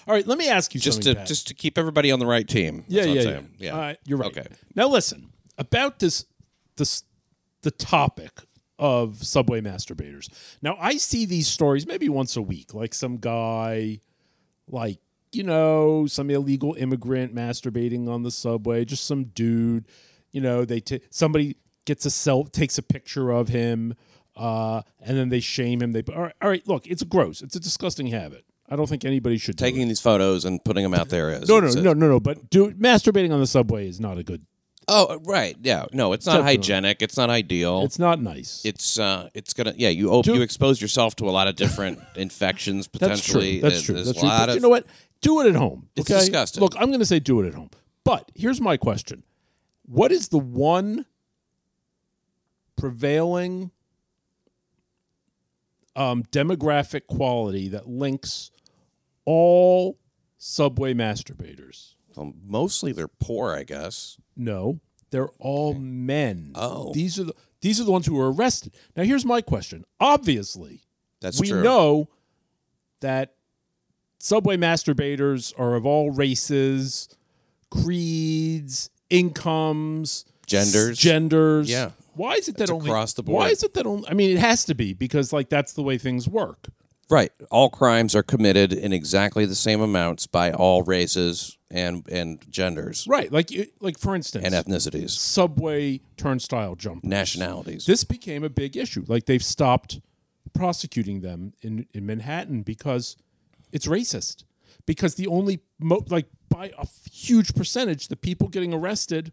Speaker 4: All right, let me ask you
Speaker 1: just to
Speaker 4: something. Pat.
Speaker 1: just to keep everybody on the right team.
Speaker 4: yeah,
Speaker 1: That's what
Speaker 4: yeah,
Speaker 1: I'm
Speaker 4: yeah.
Speaker 1: saying. yeah.
Speaker 4: All right, you're right.
Speaker 1: Okay.
Speaker 4: Now listen about this, this, the topic of subway masturbators. Now I see these stories maybe once a week, like some guy, like you know, some illegal immigrant masturbating on the subway, just some dude. You know, they t- somebody gets a self takes a picture of him, uh, and then they shame him. They all right, all right, look, it's gross. It's a disgusting habit. I don't think anybody should do it.
Speaker 1: Taking these photos and putting them out there is
Speaker 4: No, no,
Speaker 1: it's a-
Speaker 4: no, no, no. But do masturbating on the subway is not a good.
Speaker 1: Oh, right, yeah, no, it's not
Speaker 4: Definitely.
Speaker 1: hygienic. It's not ideal.
Speaker 4: It's not nice.
Speaker 1: it's uh, it's gonna yeah. You op-
Speaker 4: Do-
Speaker 1: you expose yourself to a lot of different infections
Speaker 4: That's
Speaker 1: potentially.
Speaker 4: true. That's true.
Speaker 1: There's
Speaker 4: That's
Speaker 1: a
Speaker 4: true.
Speaker 1: lot
Speaker 4: But
Speaker 1: of
Speaker 4: you know what? Do it at home.
Speaker 1: It's
Speaker 4: okay?
Speaker 1: disgusting.
Speaker 4: Look, I'm going to say do it at home. But here's my question: What is the one prevailing um, demographic quality that links all subway masturbators?
Speaker 1: well, mostly they're poor, I guess.
Speaker 4: No, they're all men.
Speaker 1: Oh.
Speaker 4: these are the these are the ones who were arrested. Now, here's my question: Obviously,
Speaker 1: That's
Speaker 4: we
Speaker 1: true.
Speaker 4: know that subway masturbators are of all races, creeds, incomes,
Speaker 1: Genders.
Speaker 4: s- genders.
Speaker 1: Yeah.
Speaker 4: Why is it that
Speaker 1: It's
Speaker 4: only
Speaker 1: across the
Speaker 4: Why
Speaker 1: board.
Speaker 4: is it that only? I mean, it has to be because like that's the way things work.
Speaker 1: Right. All crimes are committed in exactly the same amounts by all races and and genders
Speaker 4: Right. Like you- like for instance,
Speaker 1: and ethnicities,
Speaker 4: subway turnstile jump.
Speaker 1: nationalities.
Speaker 4: This became a big issue. Like they've stopped prosecuting them in, in Manhattan because it's racist. Because the only mo- like by a huge percentage, the people getting arrested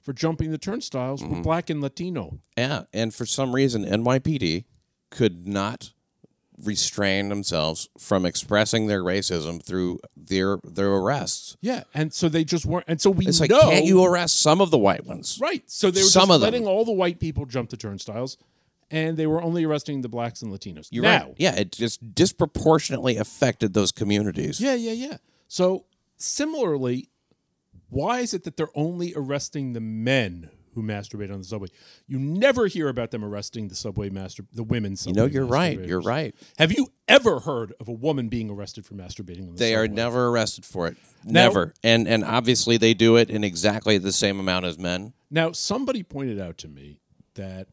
Speaker 4: for jumping the turnstiles
Speaker 1: Mm-hmm.
Speaker 4: were black and Latino.
Speaker 1: yeah, and for some reason NYPD could not restrain themselves from expressing their racism through their their arrests.
Speaker 4: Yeah, and so they just weren't. And so we
Speaker 1: It's like,
Speaker 4: know,
Speaker 1: can't you arrest some of the white ones?
Speaker 4: right? So they were
Speaker 1: Some
Speaker 4: just
Speaker 1: of them.
Speaker 4: letting all the white people jump the turnstiles, and they were only arresting the blacks and Latinos.
Speaker 1: You're
Speaker 4: now,
Speaker 1: right. Yeah, it just disproportionately affected those communities.
Speaker 4: Yeah, yeah, yeah. So similarly, why is it that they're only arresting the men who masturbate on the subway? You never hear about them arresting the subway master, the women.
Speaker 1: You
Speaker 4: Subway
Speaker 1: know, you're right. You're
Speaker 4: masturbators.
Speaker 1: right.
Speaker 4: Have you ever heard of a woman being arrested for masturbating on the
Speaker 1: They
Speaker 4: subway?
Speaker 1: are never arrested for it.
Speaker 4: Now-
Speaker 1: never. And and obviously they do it in exactly the same amount as men.
Speaker 4: Now, somebody pointed out to me that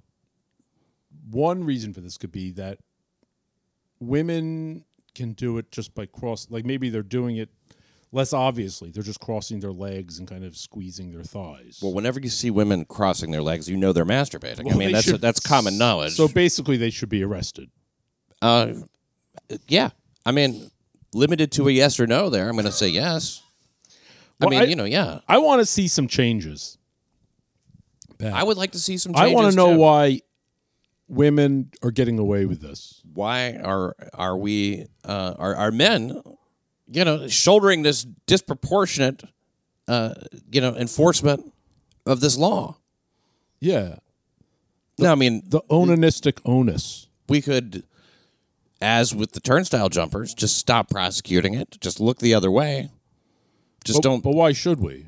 Speaker 4: one reason for this could be that women can do it just by cross, like maybe they're doing it less obviously. They're just crossing their legs and kind of squeezing their thighs.
Speaker 1: Well, whenever you see women crossing their legs, you know they're masturbating. I
Speaker 4: Well,
Speaker 1: mean,
Speaker 4: they
Speaker 1: that's
Speaker 4: should-
Speaker 1: that's common knowledge.
Speaker 4: So basically, they should be arrested.
Speaker 1: uh, yeah, I mean, limited to a yes or no. There, I'm going to say yes. I
Speaker 4: Well,
Speaker 1: mean,
Speaker 4: I-
Speaker 1: you know, yeah.
Speaker 4: I want to see some changes.
Speaker 1: I would like to see some.
Speaker 4: I
Speaker 1: Changes
Speaker 4: want to know
Speaker 1: too.
Speaker 4: why women are getting away with this.
Speaker 1: why are are we uh, are are men, you know, shouldering this disproportionate, uh, you know, enforcement of this law?
Speaker 4: Yeah,
Speaker 1: no, I mean,
Speaker 4: the onanistic onus.
Speaker 1: we could, as with the turnstile jumpers, just stop prosecuting it. Just look the other way. Just
Speaker 4: But,
Speaker 1: don't.
Speaker 4: but why should we?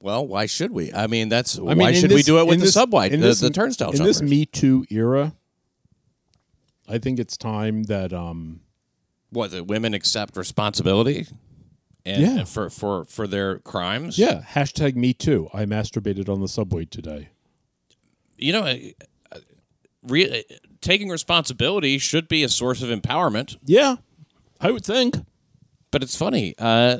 Speaker 1: well, why should we? I mean, that's
Speaker 4: I mean,
Speaker 1: why
Speaker 4: in
Speaker 1: should we
Speaker 4: this-
Speaker 1: do it with
Speaker 4: in
Speaker 1: the
Speaker 4: this-
Speaker 1: subway, the,
Speaker 4: in this-
Speaker 1: the turnstile
Speaker 4: in
Speaker 1: jumpers?
Speaker 4: this Me Too era? I think it's time that um,
Speaker 1: what that women accept responsibility, and
Speaker 4: Yeah.
Speaker 1: for for for their crimes.
Speaker 4: yeah, hashtag Me Too. I masturbated on the subway today.
Speaker 1: you know, uh, uh, re- uh, taking responsibility should be a source of empowerment.
Speaker 4: Yeah, I would think.
Speaker 1: But it's funny, uh,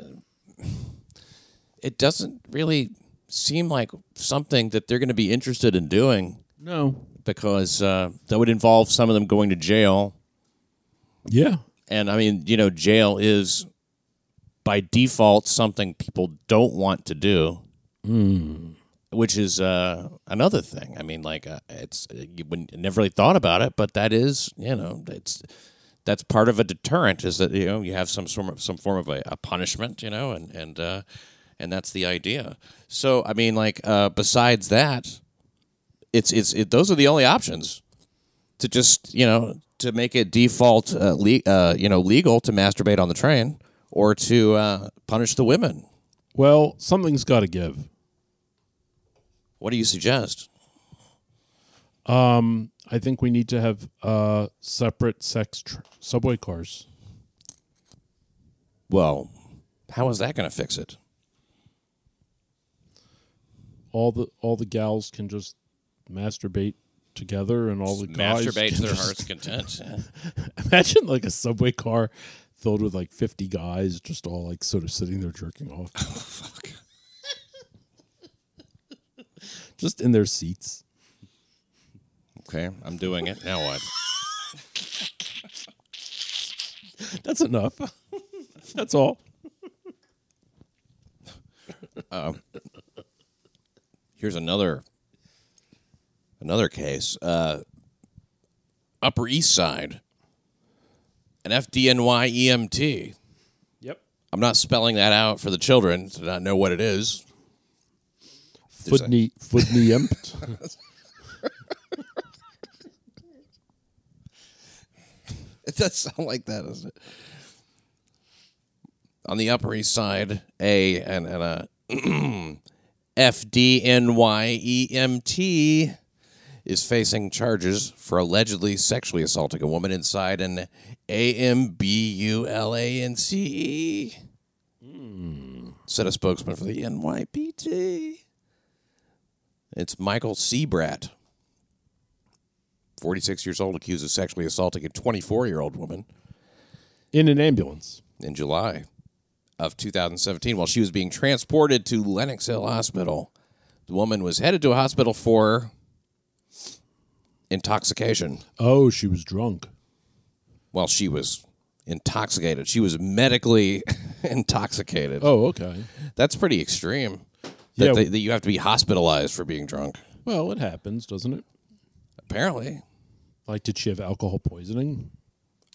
Speaker 1: it doesn't really seem like something that they're going to be interested in doing
Speaker 4: No.
Speaker 1: because uh, that would involve some of them going to jail.
Speaker 4: Yeah.
Speaker 1: And I mean, you know, jail is by default something people don't want to do, which is uh, another thing. I mean, like uh, it's you wouldn't, I never really thought about it, but that is, you know, it's that's part of a deterrent is that you know you have some sort of some form of a, a punishment, you know, and and uh, and that's the idea. So I mean, like uh, besides that, it's it's it, those are the only options to just you know to make it default uh, le- uh, you know legal to masturbate on the train or to uh, punish the women.
Speaker 4: Well, something's got to give.
Speaker 1: What do you suggest?
Speaker 4: I think we need to have uh, separate sex tr- subway cars.
Speaker 1: Well, how is that going to fix it?
Speaker 4: All the all the gals can just masturbate together, and all the guys
Speaker 1: Masturbate to
Speaker 4: can
Speaker 1: their
Speaker 4: just-
Speaker 1: heart's content.
Speaker 4: Imagine like a subway car filled with like fifty guys, just all like sort of sitting there jerking off. just in their seats.
Speaker 1: okay, I'm doing it now. What?
Speaker 4: That's enough. That's all.
Speaker 1: Here's another another case. Uh, Upper East Side, an FDNY EMT.
Speaker 4: Yep.
Speaker 1: E I'm not spelling that out for the children to not know what it is.
Speaker 4: Footney Footney emped.
Speaker 1: It does sound like that, doesn't it? On the Upper East Side, a and, uh, and a FDNYEMT E is facing charges for allegedly sexually assaulting a woman inside an AMBULANCE. E. Said a spokesman for the NYPD. It's Michael Sebrat. 46 years old, accused of sexually assaulting a 24 year old woman
Speaker 4: In an ambulance.
Speaker 1: in July of 2017 while she was being transported to Lenox Hill Hospital. The woman was headed to a hospital for intoxication.
Speaker 4: Oh, she was drunk.
Speaker 1: Well, she was intoxicated. She was medically intoxicated.
Speaker 4: Oh, okay.
Speaker 1: That's pretty extreme. That,
Speaker 4: Yeah.
Speaker 1: they, that you have to be hospitalized for being drunk.
Speaker 4: Well, it happens, doesn't it?
Speaker 1: Apparently,
Speaker 4: Like, did she have alcohol poisoning?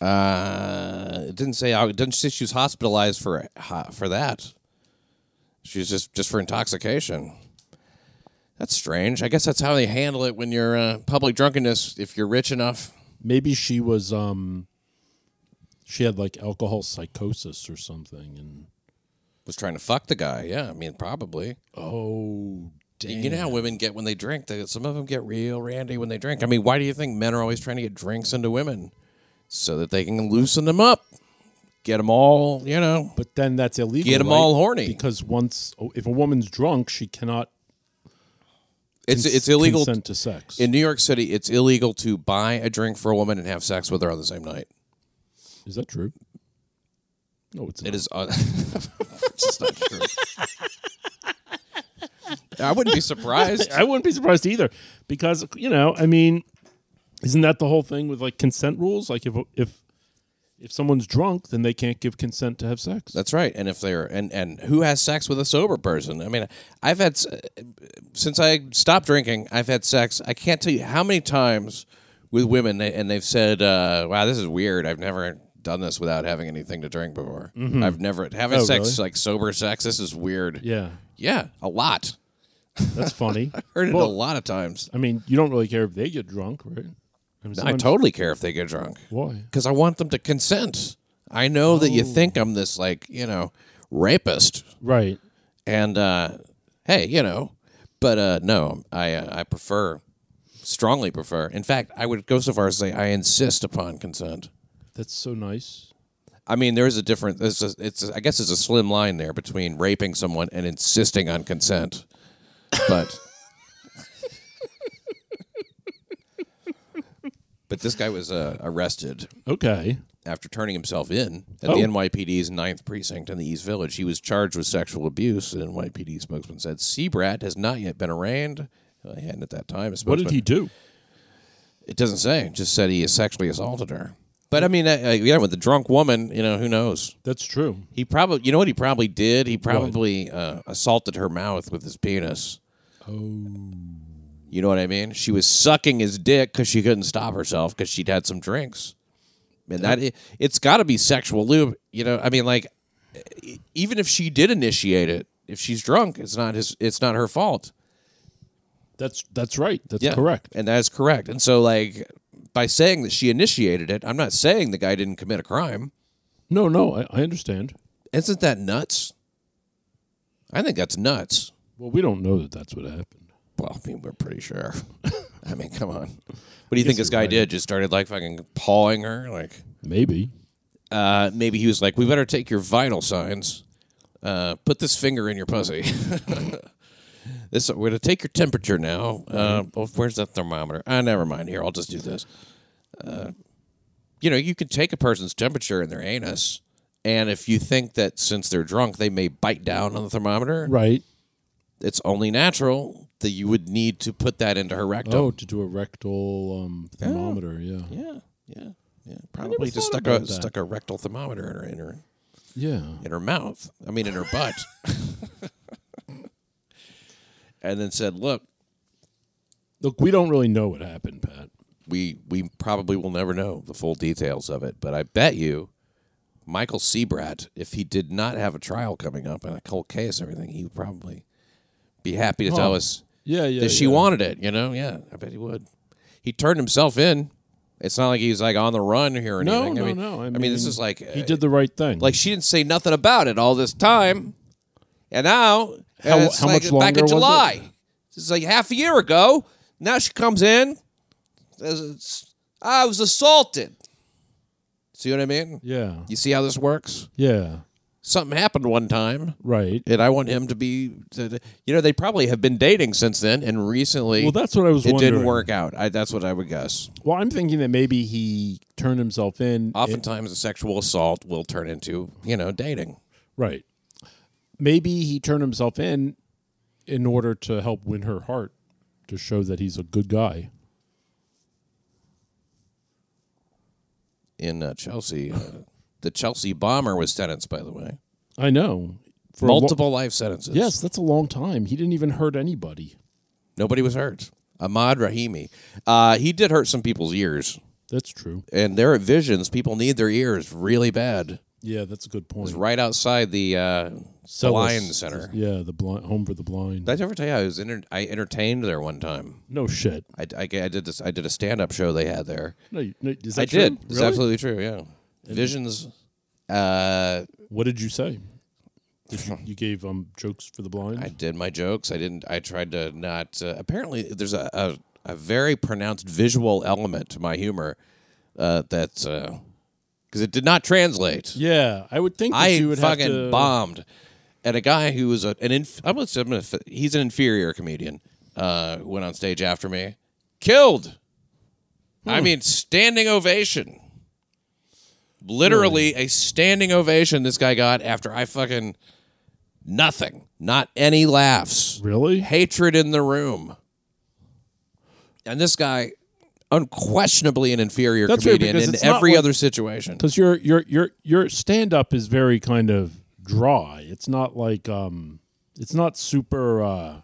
Speaker 1: uh, it didn't say. It didn't say she was hospitalized for ho- for that. She was just just for intoxication. That's strange. I guess that's how they handle it when you're uh, public drunkenness. If you're rich enough,
Speaker 4: Maybe she was. um She had like alcohol psychosis or something, and
Speaker 1: was trying to fuck the guy. Yeah, I mean probably.
Speaker 4: oh, damn.
Speaker 1: You know how women get when they drink. They, some of them get real randy when they drink. I mean, why do you think men are always trying to get drinks into women so that they can loosen them up, get them all, you know,
Speaker 4: But then that's illegal.
Speaker 1: Get 'em
Speaker 4: right?
Speaker 1: all horny.
Speaker 4: because once oh, if a woman's drunk, she cannot.
Speaker 1: It's
Speaker 4: cons-
Speaker 1: it's illegal
Speaker 4: consent to sex.
Speaker 1: in New York City. It's illegal to buy a drink for a woman and have sex with her on the same night.
Speaker 4: is that true? No, it's
Speaker 1: It
Speaker 4: not.
Speaker 1: is. Un- it's just not true. I wouldn't be surprised.
Speaker 4: I wouldn't be surprised either, because you know, I mean, isn't that the whole thing with like consent rules? Like if if if someone's drunk, then they can't give consent to have sex.
Speaker 1: That's right. And if they're and and who has sex with a sober person? I mean, I've had s- since I stopped drinking, I've had sex. I can't tell you how many times with women, they, and they've said, uh, "Wow, this is weird. I've never done this without having anything to drink before. I've never having
Speaker 4: Oh,
Speaker 1: sex
Speaker 4: really?
Speaker 1: like sober sex. This is weird.
Speaker 4: yeah,
Speaker 1: Yeah, a lot.
Speaker 4: that's funny.
Speaker 1: Heard it a
Speaker 4: Well,
Speaker 1: lot of times.
Speaker 4: I mean, you don't really care if they get drunk, right? I,
Speaker 1: I
Speaker 4: mean, sometimes-
Speaker 1: totally care if they get drunk
Speaker 4: Why?
Speaker 1: because I want them to consent. I know that you think I'm this like you know rapist,
Speaker 4: Right.
Speaker 1: and uh, hey, you know, but uh, no, I uh, I prefer strongly prefer. In fact, I would go so far as to say I insist upon consent.
Speaker 4: That's so nice.
Speaker 1: I mean, there is a different. It's a, it's a, I guess it's a slim line there between raping someone and insisting on consent, but. But this guy was uh, arrested
Speaker 4: Okay.
Speaker 1: after turning himself in at
Speaker 4: Oh.
Speaker 1: the NYPD's 9th precinct in the East Village. He was charged with sexual abuse. The NYPD spokesman said Seabrat has not yet been arraigned. Well, he hadn't at that time. A
Speaker 4: What did
Speaker 1: spokesman-
Speaker 4: he do?
Speaker 1: It doesn't say. It just said he sexually assaulted her. But I mean, uh, uh, yeah, with the drunk woman, you know, who knows?
Speaker 4: That's true.
Speaker 1: He probably, you know what he probably did? He probably uh, assaulted her mouth with his penis. Oh. You know what I mean? She was sucking his dick because she couldn't stop herself because she'd had some drinks. And that it, it's got to be sexual lube. You know, I mean, like, e- even if she did initiate it, if she's drunk, it's not his. It's not her fault.
Speaker 4: That's that's right. That's
Speaker 1: Yeah,
Speaker 4: correct.
Speaker 1: and that is correct. And so, like, by saying that she initiated it, I'm not saying the guy didn't commit a crime.
Speaker 4: No, no, I, I understand.
Speaker 1: Isn't that nuts? I think that's nuts.
Speaker 4: Well, we don't know that that's what happened.
Speaker 1: Well, I mean, we're pretty sure. I mean, come on. What do you think this guy did? Just started like fucking pawing her. Like,
Speaker 4: Maybe.
Speaker 1: uh, maybe he was like, "We better take your vital signs. Uh, put this finger in your pussy. this we're gonna take your temperature now. Uh, oh, where's that thermometer? Ah, never mind. Here, I'll just do this. Uh, you know, you can take a person's temperature in their anus, and if you think that since they're drunk they may bite down on the thermometer,
Speaker 4: Right.
Speaker 1: it's only natural that you would need to put that into her rectum.
Speaker 4: Oh, to do a rectal um, thermometer. Yeah.
Speaker 1: Yeah, yeah. Yeah, probably just
Speaker 4: thought
Speaker 1: stuck a
Speaker 4: about that.
Speaker 1: stuck a rectal thermometer in her in her
Speaker 4: Yeah.
Speaker 1: in her mouth. I mean, in her butt. and then said, "Look,
Speaker 4: Look, we don't really know what happened, Pat.
Speaker 1: we we probably will never know the full details of it, but I bet you Michael Seabrat, if he did not have a trial coming up and a cold case and everything, he would probably be happy to tell
Speaker 4: Huh.
Speaker 1: us
Speaker 4: Yeah, Oh. yeah.
Speaker 1: that she
Speaker 4: yeah.
Speaker 1: wanted it. You know, yeah, I bet he would. He turned himself in. It's not like he's like on the run here or
Speaker 4: No,
Speaker 1: anything.
Speaker 4: no,
Speaker 1: I mean,
Speaker 4: no. I
Speaker 1: mean, this is like
Speaker 4: He did the right thing.
Speaker 1: like she didn't say nothing about it all this time, and now
Speaker 4: How-
Speaker 1: and it's
Speaker 4: how
Speaker 1: like
Speaker 4: much
Speaker 1: back
Speaker 4: longer
Speaker 1: in
Speaker 4: was it?
Speaker 1: July. It's like half a year ago. Now she comes in. says, I was assaulted. See what I mean?
Speaker 4: yeah,
Speaker 1: You see how this works?
Speaker 4: yeah,
Speaker 1: Something happened one time,
Speaker 4: right.
Speaker 1: and I want him to be. To, to- you know, they probably have been dating since then, and recently
Speaker 4: Well, that's what I was
Speaker 1: it
Speaker 4: wondering.
Speaker 1: didn't work out. I, that's what I would guess.
Speaker 4: Well, I'm thinking that maybe he turned himself in. it-
Speaker 1: Oftentimes, a sexual assault will turn into you know dating.
Speaker 4: right. Maybe he turned himself in in order to help win her heart, to show that he's a good guy.
Speaker 1: in uh, Chelsea. Uh, the Chelsea bomber was sentenced, by the way,
Speaker 4: I know. For a lo-
Speaker 1: multiple life sentences.
Speaker 4: yes, that's a long time. He didn't even hurt anybody.
Speaker 1: nobody was hurt. Ahmad Rahimi, uh, he did hurt some people's ears,
Speaker 4: That's true.
Speaker 1: and their visions. People need their ears really bad.
Speaker 4: Yeah, that's a good point.
Speaker 1: It's right outside the uh,
Speaker 4: Sell us-
Speaker 1: Lion Center.
Speaker 4: Yeah, the blind home for the blind.
Speaker 1: Did I ever tell you I was enter- I entertained there one time?
Speaker 4: no shit.
Speaker 1: I, I, I did this. I did a stand up show they had there.
Speaker 4: No, you- no is that
Speaker 1: I
Speaker 4: true?
Speaker 1: did. It's
Speaker 4: Really?
Speaker 1: absolutely true. Yeah, visions. Uh,
Speaker 4: What did you say? Did you, you gave um jokes for the blind?
Speaker 1: I did my jokes. I didn't. I tried to not. Uh, apparently, there's a, a a very pronounced visual element to my humor uh, that's because it did not translate.
Speaker 4: yeah, I would think that
Speaker 1: I
Speaker 4: you would
Speaker 1: fucking
Speaker 4: have to.
Speaker 1: bombed at a guy who was a, an inf- I'm gonna say- I'm gonna fi- he's an inferior comedian. Uh, who went on stage after me, killed.
Speaker 4: Hmm.
Speaker 1: I mean, standing ovation. Literally a standing ovation this guy got after I fucking nothing, not any laughs,
Speaker 4: Really?
Speaker 1: hatred in the room, and this guy unquestionably an inferior
Speaker 4: That's weird,
Speaker 1: comedian
Speaker 4: because
Speaker 1: in
Speaker 4: it's not
Speaker 1: every
Speaker 4: like-
Speaker 1: other situation.
Speaker 4: Because your your your your stand up is very kind of dry. It's not like um, it's not super. uh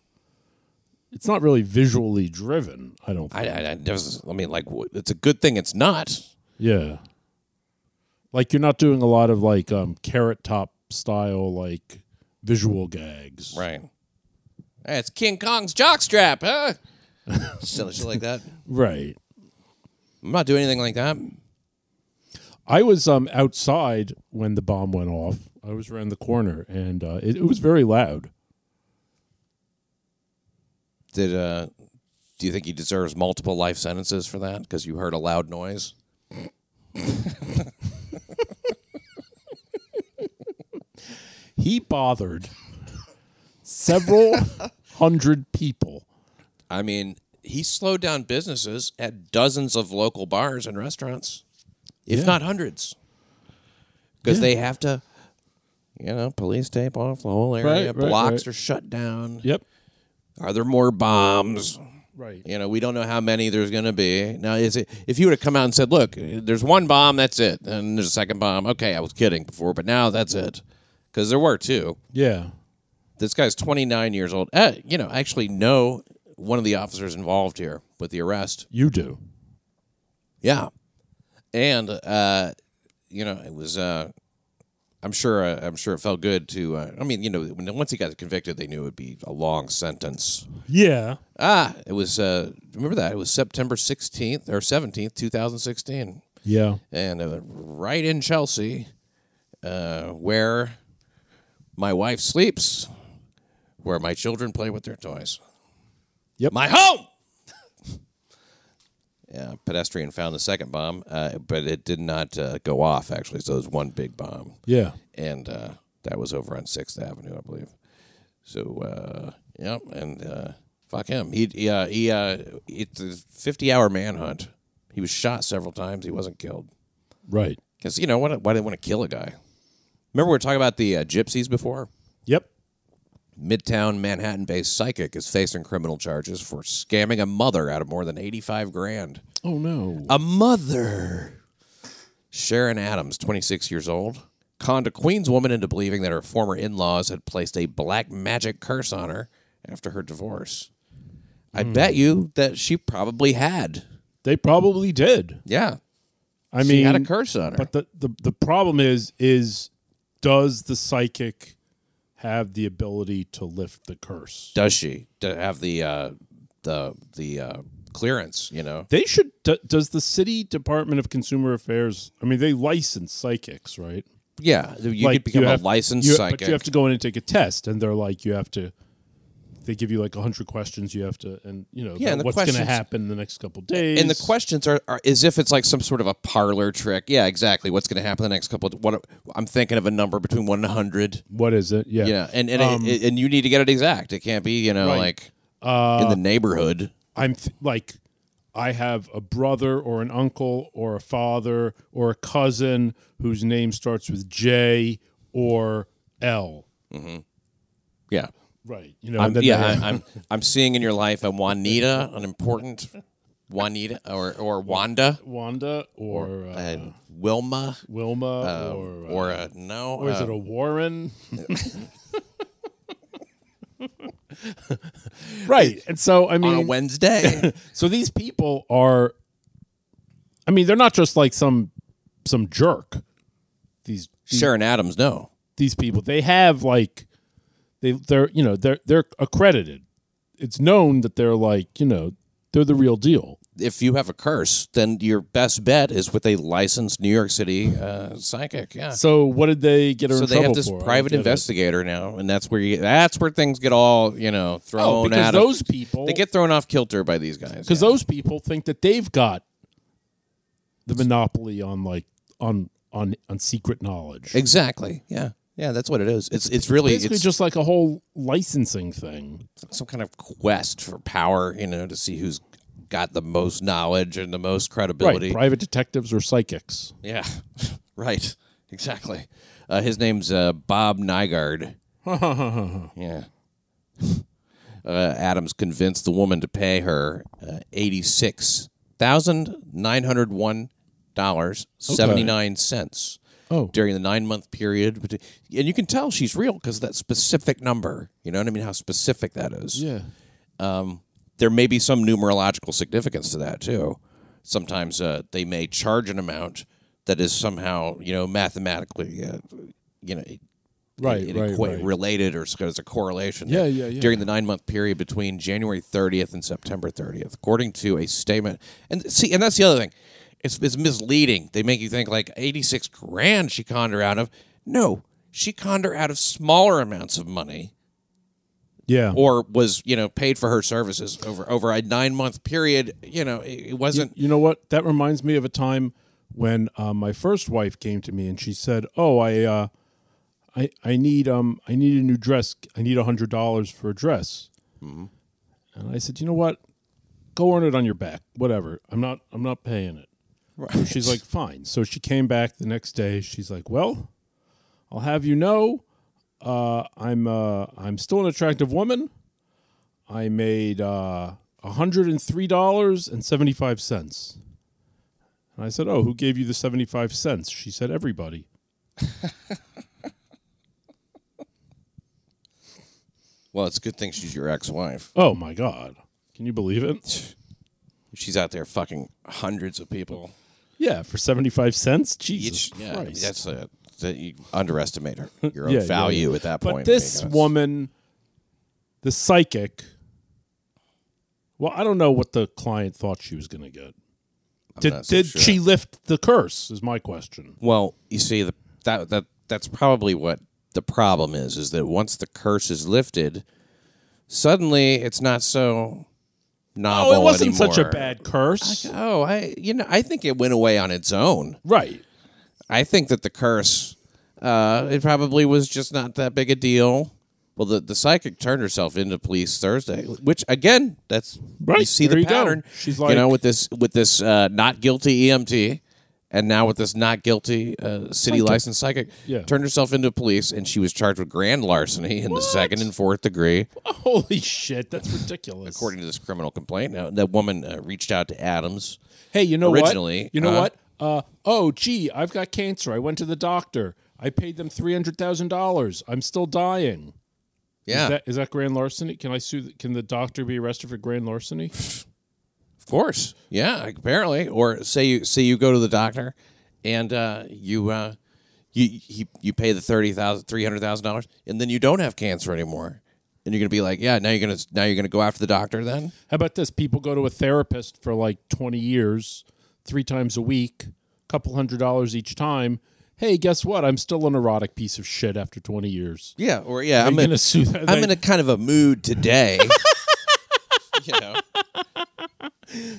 Speaker 4: It's not really visually driven. I don't. Think.
Speaker 1: I, I, I, there's- I mean, like, w- it's a good thing it's not.
Speaker 4: yeah. Like you're not doing a lot of like um carrot top style like visual gags.
Speaker 1: Right. Hey, it's King Kong's jockstrap, huh? Silly shit like that.
Speaker 4: Right.
Speaker 1: I'm not doing anything like that.
Speaker 4: I was um outside when the bomb went off. I was around the corner and uh, it, it was very loud.
Speaker 1: Did uh, do you think he deserves multiple life sentences for that? Because you heard a loud noise.
Speaker 4: He bothered several hundred people.
Speaker 1: I mean, he slowed down businesses at dozens of local bars and restaurants, if
Speaker 4: Yeah.
Speaker 1: not hundreds, because
Speaker 4: Yeah.
Speaker 1: they have to, you know, police tape off the whole area.
Speaker 4: Right, right,
Speaker 1: Blocks
Speaker 4: right.
Speaker 1: are shut down.
Speaker 4: Yep.
Speaker 1: Are there more bombs?
Speaker 4: Right.
Speaker 1: You know, we don't know how many there's going to be. Now, is it, if you would have come out and said, "Look, there's one bomb, that's it," and there's a second bomb, okay, I was kidding before, but now that's it, because there were two.
Speaker 4: Yeah.
Speaker 1: This guy's 29 years old. Uh, you know, I actually know one of the officers involved here with the arrest.
Speaker 4: You do.
Speaker 1: Yeah, and uh, you know, it was. Uh, I'm sure. Uh, I'm sure it felt good to. Uh, I mean, you know, when, once he got convicted, they knew it would be a long sentence.
Speaker 4: Yeah.
Speaker 1: Ah, it was. Uh, remember that it was September sixteenth or seventeenth, two thousand sixteen,
Speaker 4: Yeah.
Speaker 1: and uh, right in Chelsea, uh, where my wife sleeps, where my children play with their toys.
Speaker 4: Yep.
Speaker 1: my home. yeah, pedestrian found the second bomb, uh, but it did not uh, go off actually. So it was one big bomb
Speaker 4: Yeah.
Speaker 1: and uh, that was over on Sixth Avenue, I believe. So, uh, yep, and uh, fuck him. He, he, uh, he uh, it's a fifty-hour manhunt. He was shot several times. He wasn't killed
Speaker 4: Right.
Speaker 1: because you know what? Why they want to kill a guy? Remember we were talking about the uh, gypsies before.
Speaker 4: Yep.
Speaker 1: Midtown Manhattan-based psychic is facing criminal charges for scamming a mother out of more than eighty-five grand.
Speaker 4: Oh no.
Speaker 1: A mother. Sharon Adams, 26 years old, conned a Queens woman into believing that her former in laws had placed a black magic curse on her after her divorce. I
Speaker 4: Hmm.
Speaker 1: bet you that she probably had.
Speaker 4: They probably did.
Speaker 1: Yeah.
Speaker 4: I
Speaker 1: she
Speaker 4: mean,
Speaker 1: had a curse on her.
Speaker 4: But the, the the problem is is does the psychic have the ability to lift the curse?
Speaker 1: Does she to have the uh, the the uh, clearance? You know,
Speaker 4: They should. Do, does the city Department of Consumer Affairs? I mean, they license psychics, right?
Speaker 1: yeah. You
Speaker 4: Like,
Speaker 1: could become a
Speaker 4: have-
Speaker 1: licensed
Speaker 4: you-
Speaker 1: psychic.
Speaker 4: but you have to go in and take a test, and they're like, you have to. They give you like hundred questions. You have to, and you know,
Speaker 1: Yeah,
Speaker 4: about
Speaker 1: and the
Speaker 4: what's going to
Speaker 1: questions-
Speaker 4: happen in the next couple days.
Speaker 1: and the questions are, are as if it's like some sort of a parlor trick. Yeah, exactly. What's going to happen the next couple? Of, what I'm thinking of a number between one and hundred.
Speaker 4: what is it? Yeah,
Speaker 1: Yeah, and and, it- it- and you need to get it exact. It can't be you know
Speaker 4: Um, Right. Uh,
Speaker 1: like in the neighborhood.
Speaker 4: I'm th- like, I have a brother or an uncle or a father or a cousin whose name starts with J or L.
Speaker 1: Yeah,
Speaker 4: Right. You know.
Speaker 1: I'm,
Speaker 4: and then
Speaker 1: yeah.
Speaker 4: they-
Speaker 1: I, I'm I'm seeing in your life a Juanita, an important Juanita or or Wanda
Speaker 4: Wanda or uh,
Speaker 1: and Wilma
Speaker 4: Wilma or uh,
Speaker 1: or a no.
Speaker 4: or is
Speaker 1: uh,
Speaker 4: it a Warren? right. And so I
Speaker 1: on a
Speaker 4: mean,
Speaker 1: Wednesday.
Speaker 4: so these people are I mean, they're not just like some some jerk. These these,
Speaker 1: Sharon Adams, no.
Speaker 4: these people, they have like they they're, you know, they're they're accredited. It's known that they're like, you know, they're the real deal.
Speaker 1: If you have a curse, then your best bet is with a licensed New York City uh, psychic. Yeah. So,
Speaker 4: So what did they get her in
Speaker 1: they have
Speaker 4: trouble
Speaker 1: this
Speaker 4: for? I don't
Speaker 1: private
Speaker 4: get it.
Speaker 1: investigator now, and that's where you, that's where things get all you know
Speaker 4: Oh,
Speaker 1: thrown
Speaker 4: because
Speaker 1: out.
Speaker 4: those
Speaker 1: of,
Speaker 4: people
Speaker 1: they get thrown off kilter by these guys.
Speaker 4: because
Speaker 1: yeah.
Speaker 4: those people think that they've got the monopoly on like on on on secret knowledge.
Speaker 1: exactly. Yeah. Yeah, that's what it is. It's it's really
Speaker 4: Basically,
Speaker 1: it's
Speaker 4: just like a whole licensing thing.
Speaker 1: some kind of quest for power, you know, to see who's got the most knowledge and the most credibility.
Speaker 4: Right, private detectives or psychics.
Speaker 1: Yeah, right. Exactly. Uh, his name's uh, Bob Nygaard. yeah. Uh, Adams convinced the woman to pay her uh, eighty-six thousand nine hundred one dollars seventy-nine cents
Speaker 4: Oh,
Speaker 1: during the nine-month period, between, and you can tell she's real because that specific number. You know what I mean? How specific that is
Speaker 4: yeah.
Speaker 1: there may be some numerological significance to that too. Sometimes uh, they may charge an amount that is somehow you know mathematically uh, you know it-
Speaker 4: Right,
Speaker 1: it
Speaker 4: right,
Speaker 1: equa-
Speaker 4: right.
Speaker 1: related or there's a correlation.
Speaker 4: Yeah,
Speaker 1: there.
Speaker 4: yeah, yeah.
Speaker 1: During the nine month period between January 30th and September 30th, according to a statement, and see, and that's the other thing, it's it's misleading. They make you think like 86 grand she conned her out of. No, she conned her out of smaller amounts of money
Speaker 4: Yeah.
Speaker 1: or was you know paid for her services over over a nine month period. You know, it, it wasn't.
Speaker 4: you know what? That reminds me of a time when uh, my first wife came to me and she said, "Oh, I, uh, I, I need, um, I need a new dress. I need a hundred dollars for a dress." And I said, "You know what? Go earn it on your back. Whatever. I'm not, I'm not paying it." So she's like, "Fine." So she came back the next day. She's like, "Well, I'll have you know, uh, I'm, uh, I'm still an attractive woman." I made uh, $103.75. And I said, Oh, who gave you the 75 cents? She said, Everybody.
Speaker 1: Well, it's a good thing she's your ex wife.
Speaker 4: Oh, my God. Can you believe it?
Speaker 1: She's out there fucking hundreds of people.
Speaker 4: Yeah, for 75 cents? Jesus
Speaker 1: Each, yeah, I mean,
Speaker 4: Christ.
Speaker 1: that's a that you underestimate her your own
Speaker 4: Yeah, yeah,
Speaker 1: value at that
Speaker 4: but
Speaker 1: point.
Speaker 4: this
Speaker 1: because-
Speaker 4: woman, the psychic, well, I don't know what the client thought she was going to get. did
Speaker 1: not so
Speaker 4: did
Speaker 1: sure.
Speaker 4: she lift the curse? Is my question.
Speaker 1: Well, you see, the, that that that's probably what the problem is. Is that once the curse is lifted, suddenly it's not so novel
Speaker 4: Oh, it wasn't such a
Speaker 1: anymore.
Speaker 4: bad curse.
Speaker 1: Oh, I you know I think it went away on its own.
Speaker 4: right.
Speaker 1: I think that the curse, uh, it probably was just not that big a deal. Well, the, the psychic turned herself into police Thursday, which again, that's You
Speaker 4: Right,
Speaker 1: see
Speaker 4: there
Speaker 1: the
Speaker 4: you go.
Speaker 1: pattern.
Speaker 4: She's
Speaker 1: you
Speaker 4: like-
Speaker 1: know, with this with this uh, not guilty EMT, and now with this not guilty uh, city licensed psychic,
Speaker 4: Yeah.
Speaker 1: turned herself into police, and she was charged with grand larceny in the second and fourth degree.
Speaker 4: Holy shit, that's ridiculous.
Speaker 1: According to this criminal complaint, now that woman uh, reached out to Adams.
Speaker 4: hey, you know
Speaker 1: originally,
Speaker 4: what? You know
Speaker 1: uh,
Speaker 4: what? Uh, oh, gee, I've got cancer. I went to the doctor. I paid them three hundred thousand dollars. I'm still dying.
Speaker 1: Yeah,
Speaker 4: Is that is that grand larceny? Can I sue? The, can the doctor be arrested for grand larceny?
Speaker 1: of course. Yeah, apparently. Or say you say you go to the doctor, and uh, you uh, you he, you pay the thirty thousand three hundred thousand dollars, and then you don't have cancer anymore, and you're gonna be like, yeah, now you're gonna now you're gonna go after the doctor then.
Speaker 4: How about this? People go to a therapist for like 20 years, three times a week, couple hundred dollars each time. Hey, guess what? I'm still an erotic piece of shit after 20 years.
Speaker 1: Yeah, or yeah,
Speaker 4: I'm
Speaker 1: I'm
Speaker 4: going
Speaker 1: in,
Speaker 4: to sue that.
Speaker 1: I'm
Speaker 4: that-
Speaker 1: in a kind of a mood today. you know,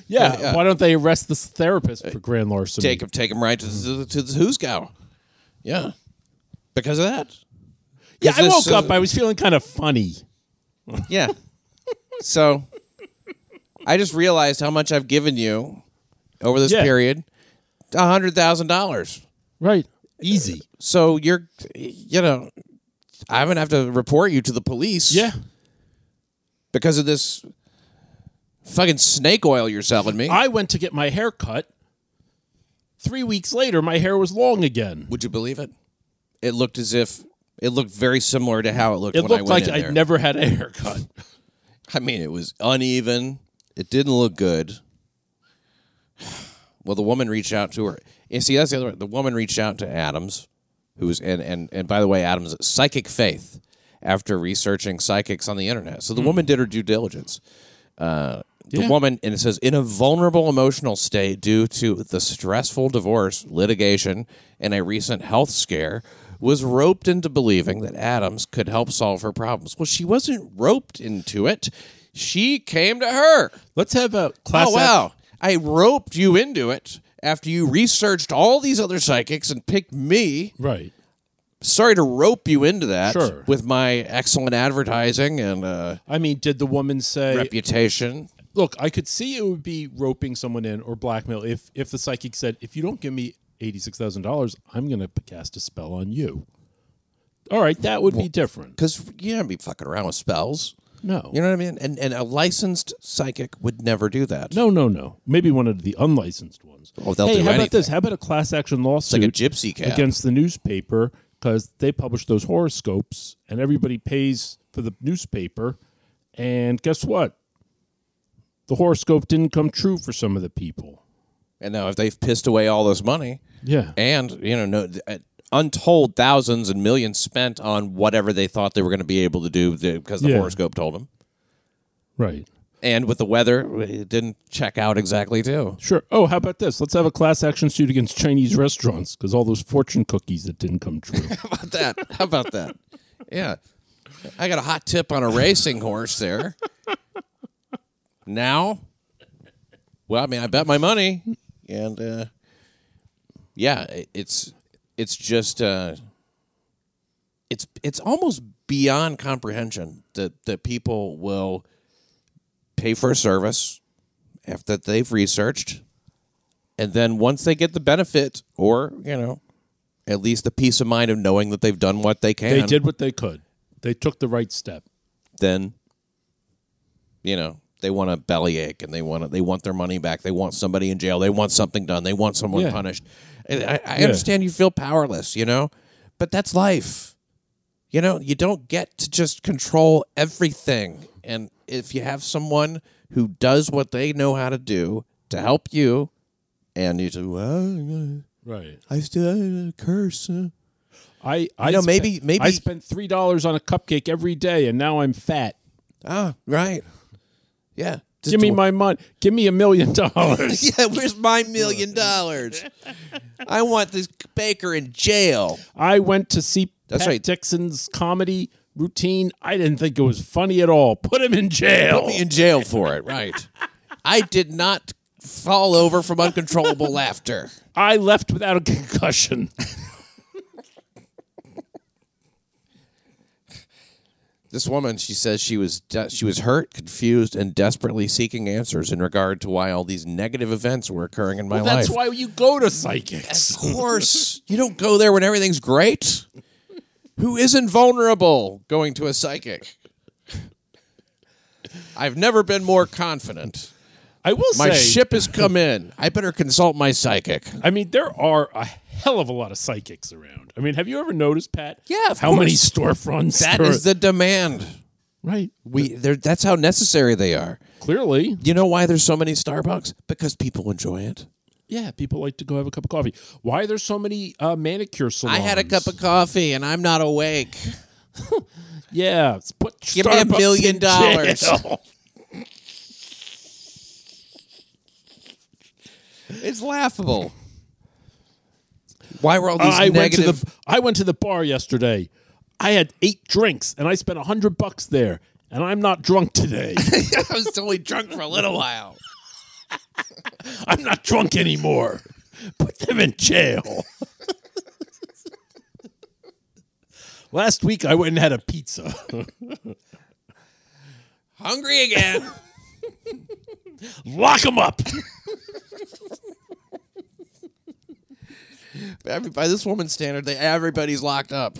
Speaker 4: yeah,
Speaker 1: yeah.
Speaker 4: Why don't they arrest this therapist for grand larceny?
Speaker 1: take him take him right to the, to the who's cow. Yeah, because of that.
Speaker 4: yeah, I woke
Speaker 1: this, uh,
Speaker 4: up. I was feeling kind of funny.
Speaker 1: Yeah. So I just realized how much I've given you over this
Speaker 4: Yeah.
Speaker 1: period. A hundred thousand dollars.
Speaker 4: Right. Easy.
Speaker 1: So you're you know I'm gonna have to report you to the police.
Speaker 4: Yeah.
Speaker 1: Because of this fucking snake oil you're selling me.
Speaker 4: I went to get my hair cut. Three weeks later, my hair was long again.
Speaker 1: Would you believe it? It looked as if it looked very similar to how it looked
Speaker 4: It
Speaker 1: when I
Speaker 4: looked
Speaker 1: went
Speaker 4: like
Speaker 1: in
Speaker 4: I'd
Speaker 1: there.
Speaker 4: never had a haircut.
Speaker 1: I mean, it was uneven. It didn't look good. Well, the woman reached out to her. And see, that's the other. The woman reached out to Adams, who was and and and by the way, Adams psychic faith after researching psychics on the internet. So the woman did her due diligence. Uh, the
Speaker 4: Yeah.
Speaker 1: woman and it says in a vulnerable emotional state due to the stressful divorce, litigation, and a recent health scare. Was roped into believing that Adams could help solve her problems. Well, she wasn't roped into it. She came to her
Speaker 4: Let's have a class.
Speaker 1: oh wow! I roped you into it after you researched all these other psychics and picked me.
Speaker 4: act- Right.
Speaker 1: Sorry to rope you into that
Speaker 4: Sure.
Speaker 1: with my excellent advertising and uh,
Speaker 4: I mean, did the woman say,
Speaker 1: reputation.
Speaker 4: look, I could see it would be roping someone in or blackmail if if the psychic said, if you don't give me eighty six thousand dollars, I'm going to cast a spell on you. All right, that would be different.
Speaker 1: Because you don't be fucking around with spells.
Speaker 4: No,
Speaker 1: You know what I mean? And and a licensed psychic would never do that.
Speaker 4: no, no, no. Maybe one of the unlicensed ones.
Speaker 1: Oh, they'll
Speaker 4: hey,
Speaker 1: do
Speaker 4: how
Speaker 1: anything.
Speaker 4: about this? How about a class action
Speaker 1: like
Speaker 4: lawsuit
Speaker 1: a gypsy cat.
Speaker 4: against the newspaper because they publish those horoscopes and everybody pays for the newspaper, and guess what? The horoscope didn't come true for some of the people.
Speaker 1: And now if they've pissed away all this money,
Speaker 4: Yeah.
Speaker 1: and you know, no, th- uh, untold thousands and millions spent on whatever they thought they were going to be able to do because the
Speaker 4: Yeah.
Speaker 1: horoscope told them.
Speaker 4: Right.
Speaker 1: and with the weather, it didn't check out exactly too.
Speaker 4: Sure. Oh, how about this? Let's have a class action suit against Chinese restaurants because all those fortune cookies that didn't come true.
Speaker 1: How about that? How about that? Yeah, I got a hot tip on a racing horse there. Now, well, I mean, I bet my money, and uh, yeah, it- it's it's just uh, it's it's almost beyond comprehension that that people will pay for a service after they've researched and then once they get the benefit or you know at least the peace of mind of knowing that they've done what they can
Speaker 4: they did what they could. They took the right step.
Speaker 1: then you know they want a bellyache and they want to, they want their money back they want somebody in jail they want something done they want someone
Speaker 4: Yeah.
Speaker 1: punished And I, I understand you feel powerless you know but that's life you know you don't get to just control everything and if you have someone who does what they know how to do to help you and you say well
Speaker 4: Right.
Speaker 1: i still curse uh,
Speaker 4: I I
Speaker 1: know,
Speaker 4: spent-
Speaker 1: maybe- maybe-
Speaker 4: I spent three dollars on a cupcake every day, and now I'm fat.
Speaker 1: ah right yeah Just
Speaker 4: Give me
Speaker 1: the-
Speaker 4: my money. Give me a million dollars.
Speaker 1: Yeah, where's my million dollars? I want this baker in jail.
Speaker 4: I went to see
Speaker 1: That's
Speaker 4: Pat
Speaker 1: right.
Speaker 4: Dixon's comedy routine. I didn't think it was funny at all. Put him in jail.
Speaker 1: Put me in jail for it, right? I did not fall over from uncontrollable laughter.
Speaker 4: I left without a concussion.
Speaker 1: This woman, she says she was de- she was hurt, confused, and desperately seeking answers in regard to why all these negative events were occurring in my life.
Speaker 4: That's why you go to psychics.
Speaker 1: Of course. you don't go there when everything's great. Who isn't vulnerable going to a psychic? I've never been more confident.
Speaker 4: I will
Speaker 1: My
Speaker 4: say,
Speaker 1: ship has come in. I better consult my psychic.
Speaker 4: I mean, there are a hell of a lot of psychics around. I mean, have you ever noticed, Pat?
Speaker 1: Yeah, of
Speaker 4: how many storefronts?
Speaker 1: That
Speaker 4: there are-
Speaker 1: is the demand.
Speaker 4: right.
Speaker 1: We they're- that's how necessary they are.
Speaker 4: Clearly,
Speaker 1: You know why there's so many Starbucks? Because people enjoy it.
Speaker 4: yeah, people like to go have a cup of coffee. Why are there so many uh, manicure
Speaker 1: I
Speaker 4: salons?
Speaker 1: had a cup of coffee and I'm not awake.
Speaker 4: yeah. let's Put
Speaker 1: Give me a
Speaker 4: Starbucks
Speaker 1: million
Speaker 4: in
Speaker 1: dollars.
Speaker 4: jail.
Speaker 1: It's laughable. Why were all these
Speaker 4: I went to
Speaker 1: negative?
Speaker 4: the I went to the bar yesterday. I had eight drinks and I spent a hundred bucks there, and I'm not drunk today.
Speaker 1: I was only drunk for a little while.
Speaker 4: I'm not drunk anymore. Put them in jail. Last week I went and had a pizza.
Speaker 1: Hungry again.
Speaker 4: Lock them up.
Speaker 1: Every- By this woman's standard, they, everybody's locked up.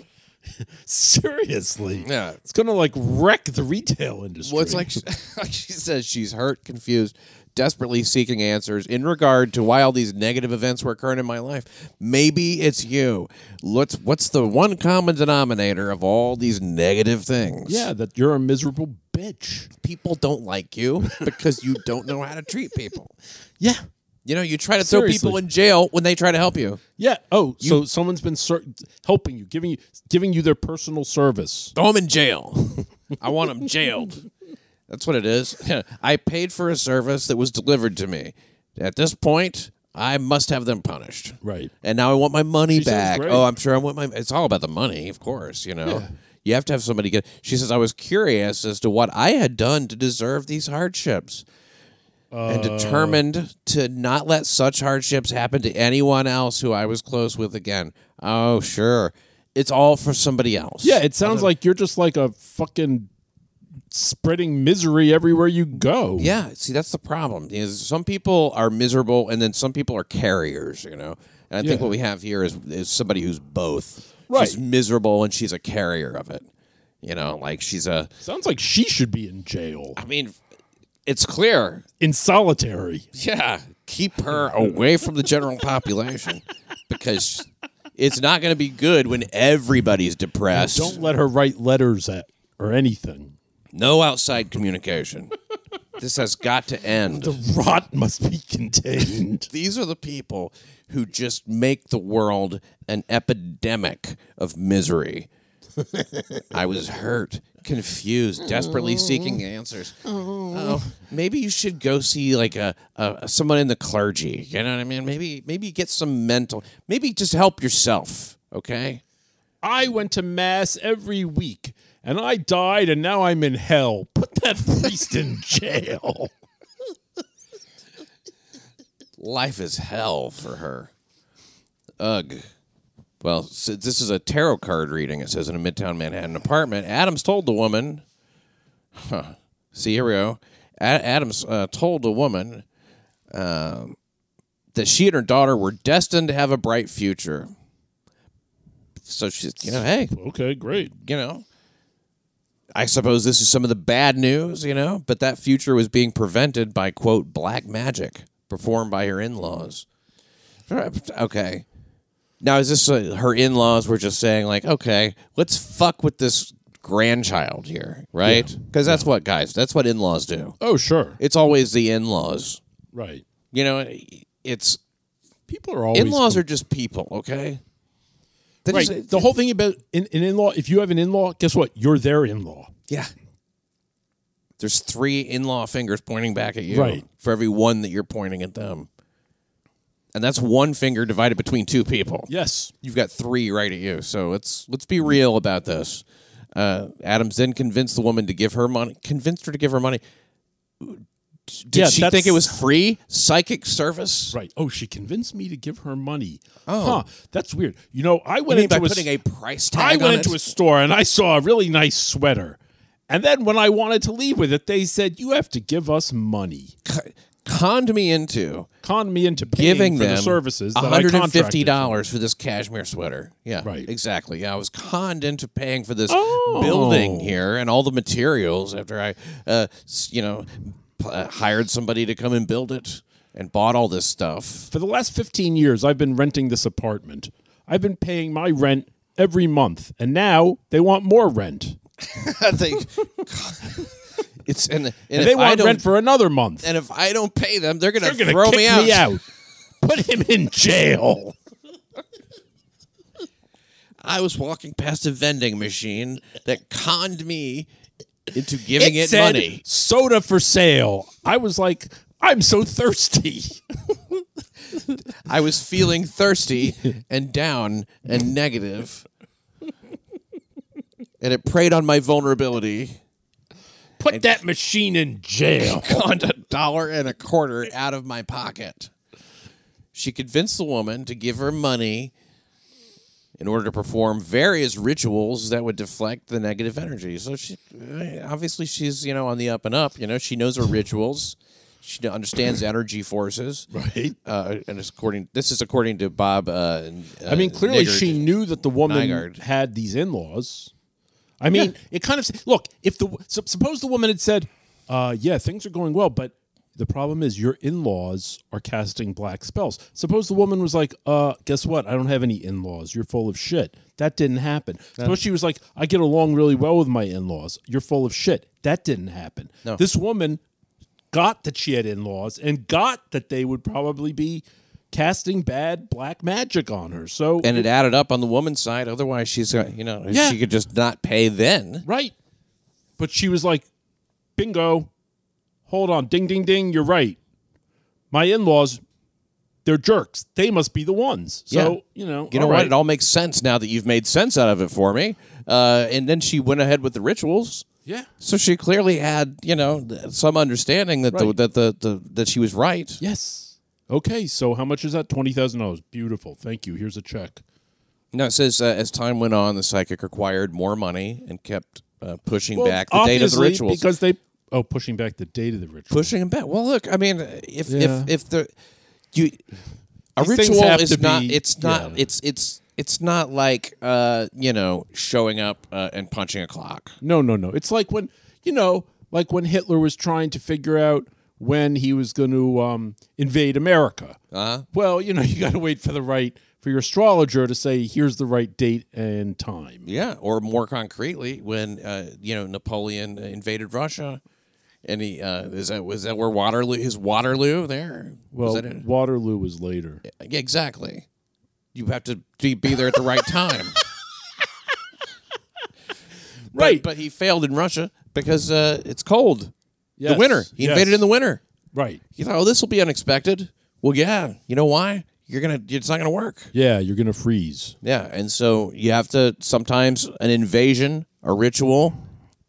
Speaker 4: Seriously.
Speaker 1: Yeah.
Speaker 4: It's going to like wreck the retail industry.
Speaker 1: Well, it's like she, like she says she's hurt, confused, desperately seeking answers in regard to why all these negative events were occurring in my life. Maybe it's you. Let's. What's the one common denominator of all these negative things?
Speaker 4: yeah, that you're a miserable bitch.
Speaker 1: people don't like you because you don't know how to treat people.
Speaker 4: Yeah.
Speaker 1: You know, you try to throw people
Speaker 4: Seriously.
Speaker 1: in jail when they try to help you.
Speaker 4: Yeah. Oh, so someone's been ser- helping you, giving you giving you their personal service.
Speaker 1: Throw them in jail. I want them jailed. That's what it is. I paid for a service that was delivered to me. At this point, I must have them punished.
Speaker 4: Right.
Speaker 1: And now I want my money
Speaker 4: She sounds
Speaker 1: back.
Speaker 4: great.
Speaker 1: Oh, I'm sure I want my. It's all about the money, of course. You know, you have to have somebody get. She says, I was curious as to what I had done to deserve these hardships. and
Speaker 4: Uh.
Speaker 1: determined to not let such hardships happen to anyone else who I was close with again. Oh, sure. It's all for somebody else.
Speaker 4: Yeah, it sounds like you're just like a fucking spreading misery everywhere you go.
Speaker 1: Yeah, see, that's the problem. Is some people are miserable, and then some people are carriers. You know, and I think
Speaker 4: Yeah.
Speaker 1: what we have here is is somebody who's both.
Speaker 4: Right.
Speaker 1: She's miserable, and she's a carrier of it. You know, like she's a.
Speaker 4: Sounds like she should be in jail.
Speaker 1: I mean, it's clear.
Speaker 4: In solitary.
Speaker 1: Yeah, keep her away from the general population because it's not going to be good when everybody's depressed.
Speaker 4: Don't let her write letters at or anything.
Speaker 1: No outside communication. this has got to end.
Speaker 4: Rot must be contained.
Speaker 1: These are the people who just make the world an epidemic of misery. I was hurt, confused, desperately seeking answers. Oh, maybe you should go see like a, a someone in the clergy. You know what I mean? Maybe maybe get some mental. Maybe just help yourself. Okay.
Speaker 4: I went to mass every week and I died and now I'm in hell. Put that priest in jail.
Speaker 1: life is hell for her. Ugh. Well, s- this is a tarot card reading. It says in a midtown Manhattan apartment, Adams told the woman, huh, see, here we go. A- Adams uh, told the woman um, that she and her daughter were destined to have a bright future. So she's, you know, hey,
Speaker 4: Okay, great.
Speaker 1: you know, I suppose this is some of the bad news, you know, but that future was being prevented by, quote, black magic performed by her in laws. Okay. Now, is this uh, her in laws were just saying, like, okay, let's fuck with this grandchild here, right? Because that's what guys, that's what in laws do.
Speaker 4: Oh, sure.
Speaker 1: It's always the in laws.
Speaker 4: Right.
Speaker 1: You know, it's
Speaker 4: People are always
Speaker 1: in laws are just people, okay? That
Speaker 4: right.
Speaker 1: is-
Speaker 4: the whole thing about an in, law, if you have an in law, guess what? You're their in law.
Speaker 1: Yeah. There's three in law fingers pointing back at you
Speaker 4: Right.
Speaker 1: for every one that you're pointing at them. And that's one finger divided between two people.
Speaker 4: Yes.
Speaker 1: You've got three right at you. So let's let's be real about this. Uh, Adams then convinced the woman to give her money convinced her to give her money. Did
Speaker 4: Yeah,
Speaker 1: she
Speaker 4: that's-
Speaker 1: think it was free psychic service?
Speaker 4: Right. Oh, she convinced me to give her money. Oh. Huh. That's weird. You know, I went
Speaker 1: I mean, by
Speaker 4: into a s-
Speaker 1: putting a price
Speaker 4: I
Speaker 1: tag on
Speaker 4: went into
Speaker 1: it?
Speaker 4: a store and I saw a really nice sweater. And then when I wanted to leave with it, they said, You have to give us money.
Speaker 1: conned me into
Speaker 4: Con me into paying
Speaker 1: giving
Speaker 4: for
Speaker 1: them
Speaker 4: the services. that I contracted for.
Speaker 1: $150 for this cashmere sweater. Yeah.
Speaker 4: Right.
Speaker 1: Exactly. Yeah, I was conned into paying for this
Speaker 4: Oh.
Speaker 1: building here and all the materials after I uh, s- you know pl- hired somebody to come and build it and bought all this stuff.
Speaker 4: For the last 15 years, I've been renting this apartment. I've been paying my rent every month, and now they want more rent.
Speaker 1: I think it's and, and, if
Speaker 4: they
Speaker 1: I
Speaker 4: want
Speaker 1: don't,
Speaker 4: rent for another month.
Speaker 1: and if I don't pay them, they're gonna,
Speaker 4: They're going to
Speaker 1: throw
Speaker 4: kick
Speaker 1: me out.
Speaker 4: Put him in jail.
Speaker 1: I was walking past a vending machine that conned me into giving it,
Speaker 4: said,
Speaker 1: money.
Speaker 4: soda for sale. I was like, I'm so thirsty.
Speaker 1: I was feeling thirsty and down and negative, and it preyed on my vulnerability.
Speaker 4: Put that machine in jail.
Speaker 1: Conned a dollar and a quarter out of my pocket. She convinced the woman to give her money in order to perform various rituals that would deflect the negative energy. So she eh, obviously she's you know on the up and up. You know she knows her rituals. She understands energy forces.
Speaker 4: Right.
Speaker 1: Uh, and it's according this is according to Bob. Uh, and, uh,
Speaker 4: I mean, clearly
Speaker 1: Niggard.
Speaker 4: she knew that the woman
Speaker 1: Nygaard.
Speaker 4: had these in laws. I mean, it kind of look if the sup- suppose the woman had said, uh, "Yeah, things are going well, but the problem is your in laws are casting black spells." Suppose the woman was like, uh, "Guess what? I don't have any in laws. You're full of shit." That didn't happen. Suppose she was like, "I get along really well with my in laws. You're full of shit." That didn't happen.
Speaker 1: No.
Speaker 4: This woman got that she had in laws and got that they would probably be casting bad black magic on her. So
Speaker 1: and it added up on the woman's side. Otherwise, she's uh, you know
Speaker 4: Yeah.
Speaker 1: she could just not pay then.
Speaker 4: Right. But she was like, bingo. Hold on. Ding, ding, ding. You're right. My in laws, they're jerks. They must be the ones. So,
Speaker 1: Yeah.
Speaker 4: you know,
Speaker 1: You know
Speaker 4: all
Speaker 1: what?
Speaker 4: right.
Speaker 1: It all makes sense now that you've made sense out of it for me. Uh, and then she went ahead with the rituals.
Speaker 4: Yeah.
Speaker 1: So she clearly had, you know, th- some understanding that
Speaker 4: Right.
Speaker 1: the, that the, the that she was right.
Speaker 4: Yes. Okay. So, how much is that? $20,000. Beautiful. Thank you. Here's a check.
Speaker 1: No, it says uh, as time went on, the psychic acquired more money and kept uh, pushing
Speaker 4: Well,
Speaker 1: back the date of the
Speaker 4: obviously,
Speaker 1: rituals.
Speaker 4: Because they, oh, pushing back the date of the ritual.
Speaker 1: pushing him back. Well, look, I mean, if
Speaker 4: Yeah.
Speaker 1: if if the you a
Speaker 4: These things
Speaker 1: ritual
Speaker 4: have to
Speaker 1: is not
Speaker 4: be-
Speaker 1: it's not
Speaker 4: yeah.
Speaker 1: it's it's it's not like uh you know showing up uh, and punching a clock.
Speaker 4: No, no, no. It's like when you know, like when Hitler was trying to figure out when he was going to um, invade America.
Speaker 1: Uh-huh.
Speaker 4: Well, you know, you got to wait for the right for your astrologer to say here's the right date and time.
Speaker 1: Yeah, or more concretely, when uh, you know Napoleon invaded Russia, and he uh, is that was that where Waterloo his Waterloo there? Was
Speaker 4: Well,
Speaker 1: that it?
Speaker 4: Waterloo was later.
Speaker 1: yeah, exactly. You have to be be there at the right time. But-
Speaker 4: Right.
Speaker 1: but, he failed in Russia because uh, it's cold.
Speaker 4: Yes,
Speaker 1: The winter, he
Speaker 4: yes.
Speaker 1: invaded in the winter.
Speaker 4: Right.
Speaker 1: He thought, oh, this will be unexpected. Well, yeah, you know why? You're gonna, it's not gonna work.
Speaker 4: Yeah, you're going to freeze.
Speaker 1: Yeah, and so you have to sometimes an invasion, a ritual,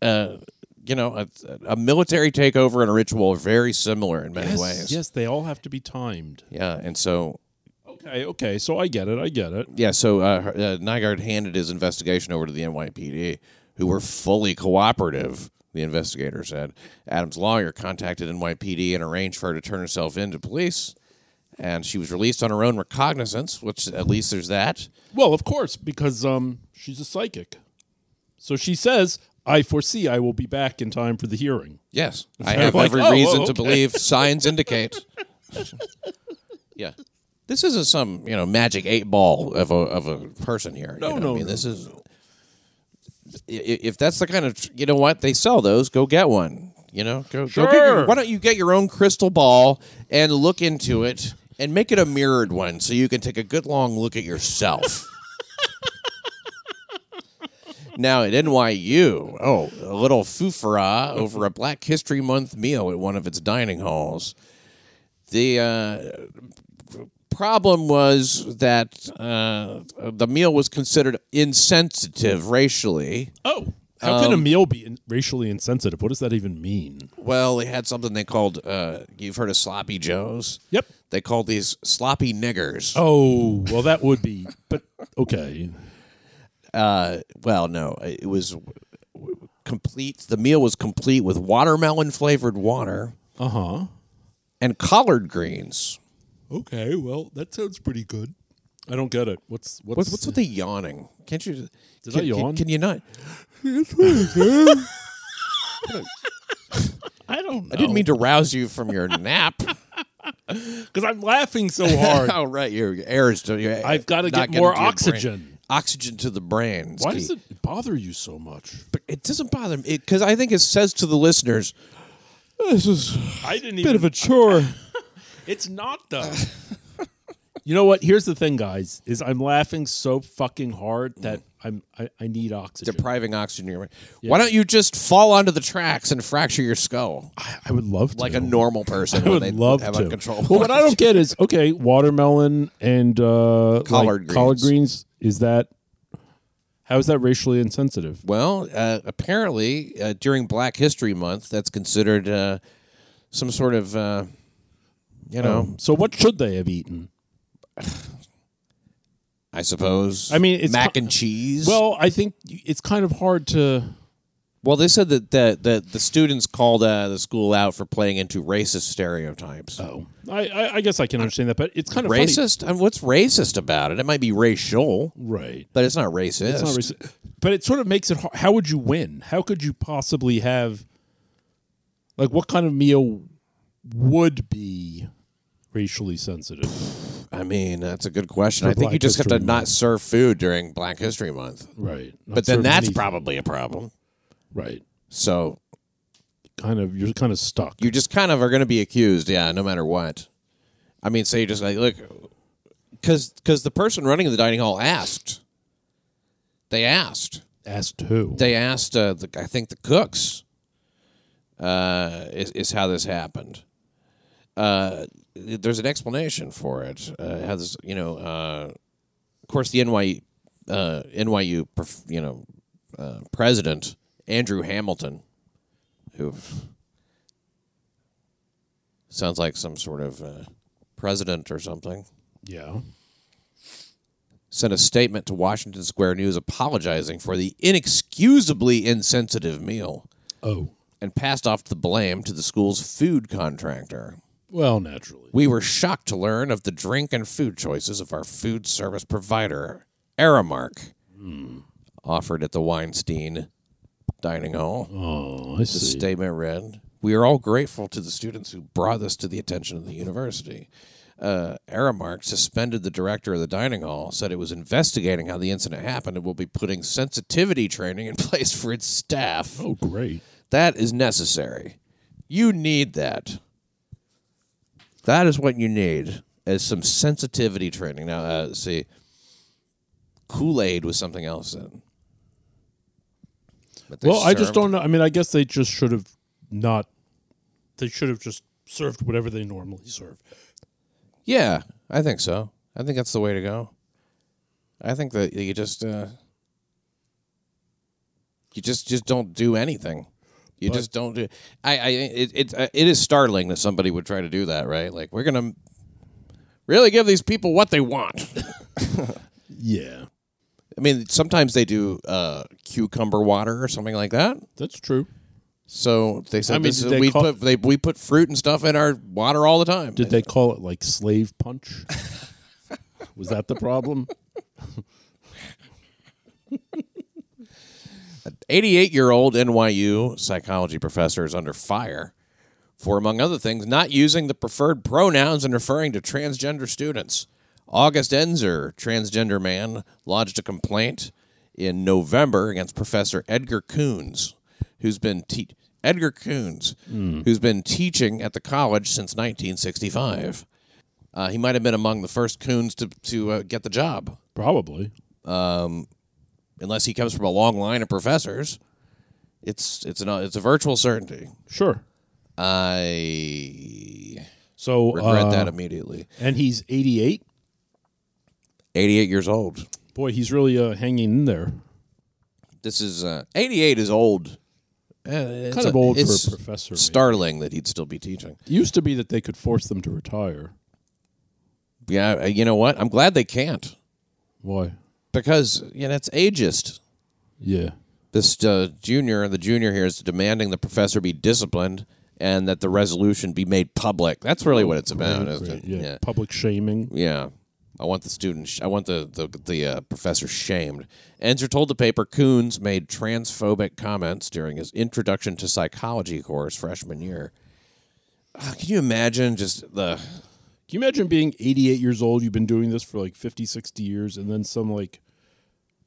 Speaker 1: uh, you know, a, a military takeover and a ritual are very similar in many ways.
Speaker 4: yes, they all have to be timed.
Speaker 1: Yeah, and so
Speaker 4: Okay, okay. So I get it. I get it.
Speaker 1: yeah, so uh, her- uh, Nygaard handed his investigation over to the NYPD, who were fully cooperative. The investigator said Adam's lawyer contacted NYPD and arranged for her to turn herself in to police, and she was released on her own recognizance. Which at least there's that.
Speaker 4: Well, of course, because um, she's a psychic. So she says, "I foresee I will be back in time for the hearing."
Speaker 1: Yes, I
Speaker 4: They're
Speaker 1: have
Speaker 4: like,
Speaker 1: every
Speaker 4: "Oh,
Speaker 1: reason
Speaker 4: oh,
Speaker 1: to
Speaker 4: okay."
Speaker 1: believe signs indicate. yeah, this isn't some you know magic eight ball of a of a person here.
Speaker 4: No,
Speaker 1: you know?
Speaker 4: no,
Speaker 1: I mean
Speaker 4: no.
Speaker 1: this is. i- i- If that's the kind of you know what they sell those, go get one. You know, go, go get your,
Speaker 4: Sure.
Speaker 1: why don't you get your own crystal ball and look into it and make it a mirrored one so you can take a good long look at yourself. Now at NYU, oh, a little foofara over a Black History Month meal at one of its dining halls. The uh, problem was that uh, the meal was considered insensitive racially.
Speaker 4: Oh, how can a meal be in- racially insensitive? What does that even mean?
Speaker 1: Well, they had something they called, uh, you've heard of sloppy joes?
Speaker 4: Yep.
Speaker 1: They called these sloppy niggers.
Speaker 4: Oh, well, that would be, but okay.
Speaker 1: Uh, well, no, it was w- w- complete. The meal was complete with watermelon flavored water
Speaker 4: Uh
Speaker 1: Uh-huh.
Speaker 4: huh.
Speaker 1: and collard greens.
Speaker 4: Okay, well, that sounds pretty good. I don't get it. What's what's,
Speaker 1: What's, what's with the yawning? Can't you?
Speaker 4: Did
Speaker 1: can,
Speaker 4: I yawn?
Speaker 1: Can, can you not?
Speaker 4: I don't don't know.
Speaker 1: I didn't mean to rouse you from your nap.
Speaker 4: because I'm laughing so hard.
Speaker 1: oh, right. Your air is. Your,
Speaker 4: I've gotta
Speaker 1: not
Speaker 4: get
Speaker 1: getting
Speaker 4: more
Speaker 1: to your brain.
Speaker 4: oxygen.
Speaker 1: Oxygen to the brain. is
Speaker 4: Why
Speaker 1: key.
Speaker 4: does it bother you so much?
Speaker 1: But it doesn't bother me because I think it says to the listeners, "This is
Speaker 4: I didn't
Speaker 1: a bit
Speaker 4: even.
Speaker 1: of a chore."
Speaker 4: it's not though. you know what? Here's the thing, guys. Is I'm laughing so fucking hard that I'm I, I need oxygen.
Speaker 1: Depriving oxygen to your brain. Why don't you just fall onto the tracks and fracture your skull
Speaker 4: I, I would love to.
Speaker 1: like a normal person?
Speaker 4: I
Speaker 1: when
Speaker 4: would
Speaker 1: they
Speaker 4: love
Speaker 1: have
Speaker 4: to.
Speaker 1: uncontrollable
Speaker 4: Well, what I don't get is okay, watermelon and uh, like,
Speaker 1: Collard greens.
Speaker 4: collard greens. Is that how is that racially insensitive?
Speaker 1: Well, uh, apparently uh, during Black History Month, that's considered uh, some sort of, uh, you know,
Speaker 4: So what should they have eaten?
Speaker 1: I suppose.
Speaker 4: I mean, it's
Speaker 1: mac
Speaker 4: ki-
Speaker 1: and cheese.
Speaker 4: Well, I think it's kind of hard to.
Speaker 1: well, they said that the the, the students called uh, the school out for playing into racist stereotypes.
Speaker 4: Oh, I, I, I guess I can understand that, but it's kind of funny.
Speaker 1: Uh, racist? I mean, what's racist about it? It might be racial,
Speaker 4: right?
Speaker 1: but it's not racist.
Speaker 4: It's not racist, but it sort of makes it. Hard. How would you win? How could you possibly have? Like, what kind of meal would be racially sensitive?
Speaker 1: I mean, that's a good question. I think
Speaker 4: Black
Speaker 1: you just have
Speaker 4: History
Speaker 1: to not serve food during Black History Month.
Speaker 4: Right. Not
Speaker 1: But then
Speaker 4: serving
Speaker 1: that's
Speaker 4: anything.
Speaker 1: probably a problem.
Speaker 4: right.
Speaker 1: So
Speaker 4: Kind of, you're kind of stuck.
Speaker 1: you just kind of are going to be accused, yeah, no matter what. I mean, say you just like look, because because the person running the dining hall asked. They asked.
Speaker 4: Asked who?
Speaker 1: They asked. Uh, the, I think the cooks. Uh, is is how this happened. Uh, there's an explanation for it. Uh, how this, you know, uh, of course, the NYU uh, NYU perf- you know uh, president Andrew Hamilton, who sounds like some sort of uh, president or something
Speaker 4: yeah.
Speaker 1: sent a statement to Washington Square News apologizing for the inexcusably insensitive meal
Speaker 4: Oh,
Speaker 1: and passed off the blame to the school's food contractor.
Speaker 4: well, naturally.
Speaker 1: We were shocked to learn of the drink and food choices of our food service provider, Aramark, offered at the Weinstein Dining Hall.
Speaker 4: Oh, I
Speaker 1: The
Speaker 4: see.
Speaker 1: statement read, "We are all grateful to the students who brought this to the attention of the university." Uh, Aramark suspended the director of the dining hall, said it was investigating how the incident happened, and will be putting sensitivity training in place for its staff.
Speaker 4: Oh, great.
Speaker 1: That is necessary. You need that. That is what you need is some sensitivity training. Now, uh, let's see, Kool Aid was something else. Then. But they
Speaker 4: Well, I just
Speaker 1: served-
Speaker 4: don't know. I mean, I guess they just should have not. They should have just served whatever they normally serve.
Speaker 1: Yeah, I think so. I think that's the way to go. I think that you just uh, you just just don't do anything. You just don't do. I I it it, uh, it is startling that somebody would try to do that, right? Like we're gonna really give these people what they want.
Speaker 4: Yeah,
Speaker 1: I mean, sometimes they do uh, cucumber water or something like that.
Speaker 4: that's true.
Speaker 1: So they said
Speaker 4: I mean,
Speaker 1: this
Speaker 4: did
Speaker 1: is-
Speaker 4: they
Speaker 1: we
Speaker 4: call-
Speaker 1: put they, we put fruit and stuff in our water all the time.
Speaker 4: Did they call it like slave punch? Was that the problem?
Speaker 1: An 88 year old NYU psychology professor is under fire for, among other things, not using the preferred pronouns and referring to transgender students. August Enzer, transgender man, lodged a complaint in November against Professor Edgar Coons, who's been te- Edgar Coons, who's been teaching at the college since 1965. Uh, he might have been among the first Coons to to uh, get the job
Speaker 4: Probably.
Speaker 1: unless he comes from a long line of professors, it's it's an it's a virtual certainty.
Speaker 4: Sure.
Speaker 1: I
Speaker 4: So
Speaker 1: regret
Speaker 4: uh,
Speaker 1: that immediately.
Speaker 4: and he's 88.
Speaker 1: Eighty eight years old.
Speaker 4: Boy, he's really uh, hanging in there.
Speaker 1: This is uh, eighty eight is old. Uh, it's
Speaker 4: Kind of
Speaker 1: a-
Speaker 4: old for
Speaker 1: it's
Speaker 4: a professor. maybe.
Speaker 1: Startling that he'd still be teaching.
Speaker 4: It used to be that they could force them to retire.
Speaker 1: Yeah, uh, you know what? I'm glad they can't
Speaker 4: Why?
Speaker 1: because you know it's ageist.
Speaker 4: Yeah.
Speaker 1: This uh, junior, the junior here, is demanding the professor be disciplined and that
Speaker 4: Oh,
Speaker 1: the resolution be made public. That's really what it's about, isn't
Speaker 4: Right,
Speaker 1: it?
Speaker 4: yeah. Public shaming.
Speaker 1: Yeah. I want the student. Sh- I want the the, the uh, professor shamed. Enzer told the paper Coons made transphobic comments during his introduction to psychology course freshman year. Ah, can you imagine just the
Speaker 4: Can you imagine being 88 years old? You've been doing this for like 50, 60 years, and then some like,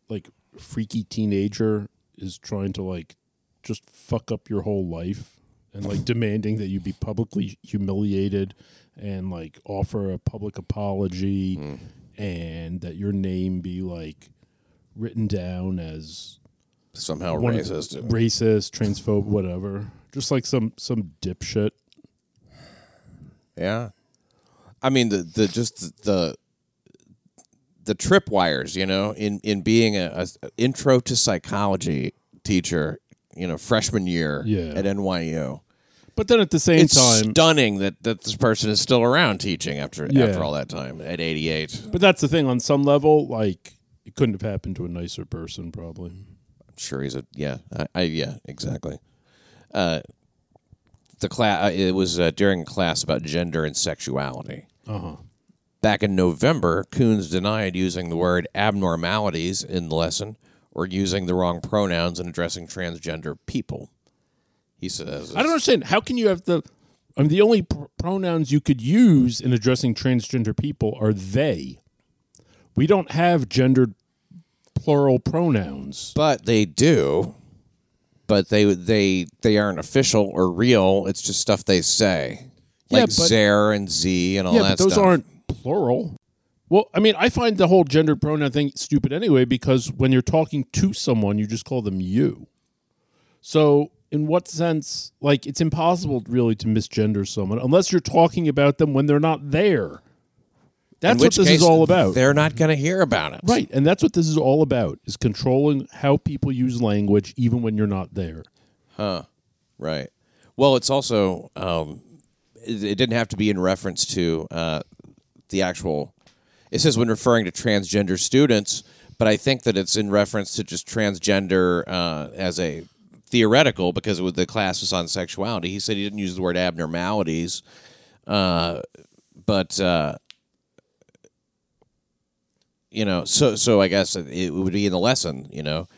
Speaker 4: like freaky teenager is trying to like, just fuck up your whole life and like demanding that you be publicly humiliated and like offer a public apology and that your name be like written down as
Speaker 1: somehow
Speaker 4: one of the-
Speaker 1: racist?
Speaker 4: racist, transphobe, whatever. Just like some some dipshit.
Speaker 1: Yeah, I mean the the just the the tripwires, you know, in in being a, a intro to psychology teacher, you know, freshman year
Speaker 4: Yeah.
Speaker 1: at NYU.
Speaker 4: But then at the same
Speaker 1: It's
Speaker 4: time,
Speaker 1: stunning that, that this person is still around teaching after
Speaker 4: Yeah.
Speaker 1: after all that time at 88.
Speaker 4: But that's the thing. On some level, like it couldn't have happened to a nicer person, probably.
Speaker 1: I'm sure he's a yeah, I, I yeah, exactly. Uh, the class uh, it was uh, during a class about gender and sexuality.
Speaker 4: Uh huh.
Speaker 1: Back in November, Coons denied using the word abnormalities in the lesson or using the wrong pronouns in addressing transgender people. He says,
Speaker 4: I don't understand. How can you have the? I mean, the only pr- pronouns you could use in addressing transgender people are they. We don't have gendered plural pronouns.
Speaker 1: but they do. But they they they aren't official or real. It's just stuff they say,
Speaker 4: Yeah,
Speaker 1: like
Speaker 4: but-
Speaker 1: Zare and Z and all
Speaker 4: yeah,
Speaker 1: that
Speaker 4: but those
Speaker 1: stuff.
Speaker 4: aren't plural. Well, I mean, I find the whole gendered pronoun thing stupid anyway because when you're talking to someone, you just call them you. So, in what sense, like, it's impossible really to misgender someone unless you're talking about them when they're not there.
Speaker 1: In
Speaker 4: That's what
Speaker 1: which
Speaker 4: this
Speaker 1: case,
Speaker 4: is all about.
Speaker 1: They're not going to hear about it,
Speaker 4: Right. And that's what this is all about is controlling how people use language even when you're not there.
Speaker 1: Right. Well, it's also um, it, it didn't have to be in reference to uh, the actual. It says when referring to transgender students, but I think that it's in reference to just transgender uh, as a theoretical because it was, the class was on sexuality. He said he didn't use the word abnormalities, uh, but. Uh, you know, so so I guess it- it would be in the lesson, you know,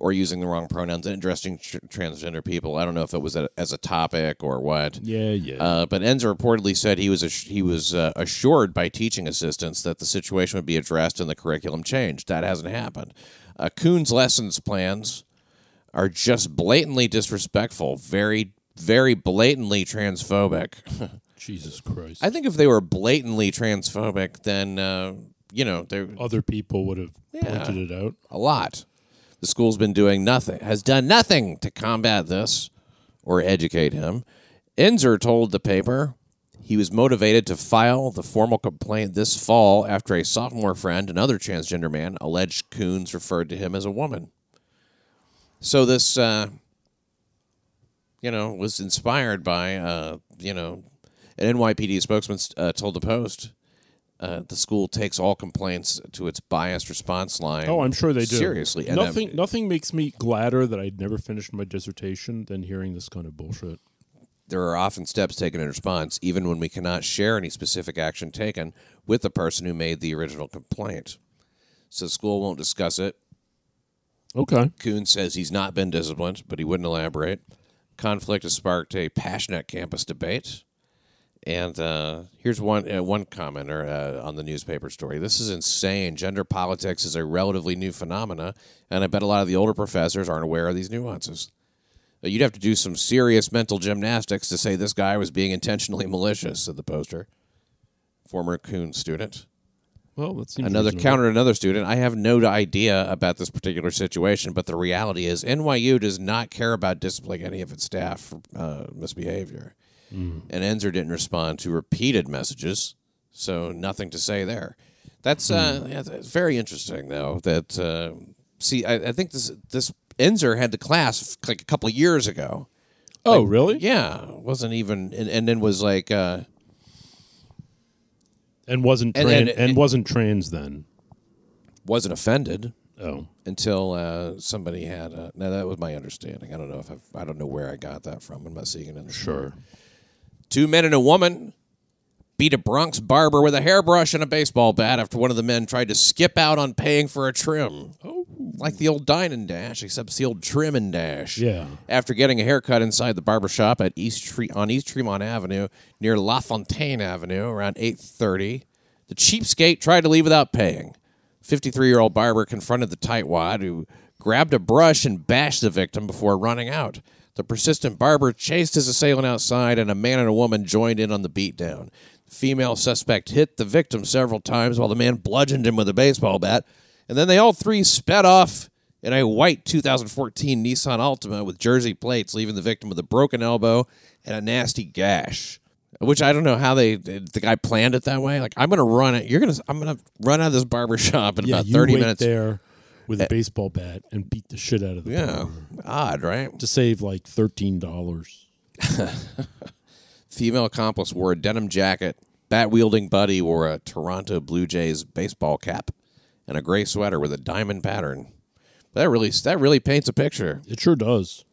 Speaker 1: or using the wrong pronouns and addressing tr- transgender people. I don't know if it was a, as a topic or what.
Speaker 4: Yeah, yeah.
Speaker 1: Uh, but Enzer reportedly said he was ass- he was uh, assured by teaching assistants that the situation would be addressed and the curriculum changed. That hasn't happened. Uh, Kuhn's lessons plans are just blatantly disrespectful, very very blatantly transphobic.
Speaker 4: Jesus Christ.
Speaker 1: I think if they were blatantly transphobic, then uh, you know they're
Speaker 4: Other people would have pointed it out.
Speaker 1: a lot. The school's been doing nothing, has done nothing to combat this or educate him. Enzer told the paper he was motivated to file the formal complaint this fall after a sophomore friend, another transgender man, alleged Coons referred to him as a woman. So this, uh, you know, was inspired by, uh, you know, an NYPD spokesman uh, told the Post. Uh, the school takes all complaints to its biased response line.
Speaker 4: Oh, I'm sure they do.
Speaker 1: Seriously, and, um,
Speaker 4: nothing nothing makes me gladder that I'd never finished my dissertation than hearing this kind of bullshit.
Speaker 1: There are often steps taken in response, even when we cannot share any specific action taken with the person who made the original complaint. So school won't discuss it.
Speaker 4: Okay.
Speaker 1: Kuhn says he's not been disciplined, but he wouldn't elaborate. Conflict has sparked a passionate campus debate. And uh, here's one uh, one commenter uh, on the newspaper story. This is insane. Gender politics is a relatively new phenomena, and I bet a lot of the older professors aren't aware of these nuances. Uh, You'd have to do some serious mental gymnastics to say this guy was being intentionally malicious," said the poster, former Kuhn student.
Speaker 4: Well, that seems
Speaker 1: Another
Speaker 4: reasonable.
Speaker 1: counter, another student. I have no idea about this particular situation, but the reality is NYU does not care about disciplining any of its staff for uh, misbehavior. And Enzer didn't respond to repeated messages, so nothing to say there. That's uh, yeah, that's very interesting, though. That uh, see, I, I think this this Enzer had the class like a couple of years ago.
Speaker 4: Oh, really?
Speaker 1: Yeah, wasn't even, and, and then was like. Uh,
Speaker 4: And wasn't
Speaker 1: And-
Speaker 4: tran- and,
Speaker 1: and- and-
Speaker 4: wasn't trans then.
Speaker 1: wasn't offended
Speaker 4: Oh.
Speaker 1: until uh, somebody had a, now that was my understanding i don't know if I've, i don't know where i got that from i'm not seeing it in the
Speaker 4: Sure.
Speaker 1: two men and a woman beat a Bronx barber with a hairbrush and a baseball bat after one of the men tried to skip out on paying for a trim. Oh. Like the old dine and dash, except it's the old trim and dash.
Speaker 4: Yeah.
Speaker 1: After getting a haircut inside the barber shop at East Tre- on East Tremont Avenue near La Fontaine Avenue around 8:30, the cheapskate tried to leave without paying. 53-year-old barber confronted the tightwad who grabbed a brush and bashed the victim before running out. The persistent barber chased his assailant outside, and a man and a woman joined in on the beatdown. The female suspect hit the victim several times while the man bludgeoned him with a baseball bat, and then they all three sped off in a white 2014 Nissan Altima with jersey plates, leaving the victim with a broken elbow and a nasty gash. Which I don't know how they the guy planned it that way. Like I'm gonna run it. You're gonna I'm gonna run out of this barber shop in
Speaker 4: Yeah,
Speaker 1: about
Speaker 4: you
Speaker 1: 30
Speaker 4: wait
Speaker 1: minutes. Eh.
Speaker 4: there with a baseball bat and beat the shit out of the
Speaker 1: Yeah,
Speaker 4: barber
Speaker 1: Oh, odd, right?
Speaker 4: to save like thirteen dollars.
Speaker 1: female accomplice wore a denim jacket. Bat wielding buddy wore a Toronto Blue Jays baseball cap and a gray sweater with a diamond pattern. That really that really paints a picture.
Speaker 4: It sure does.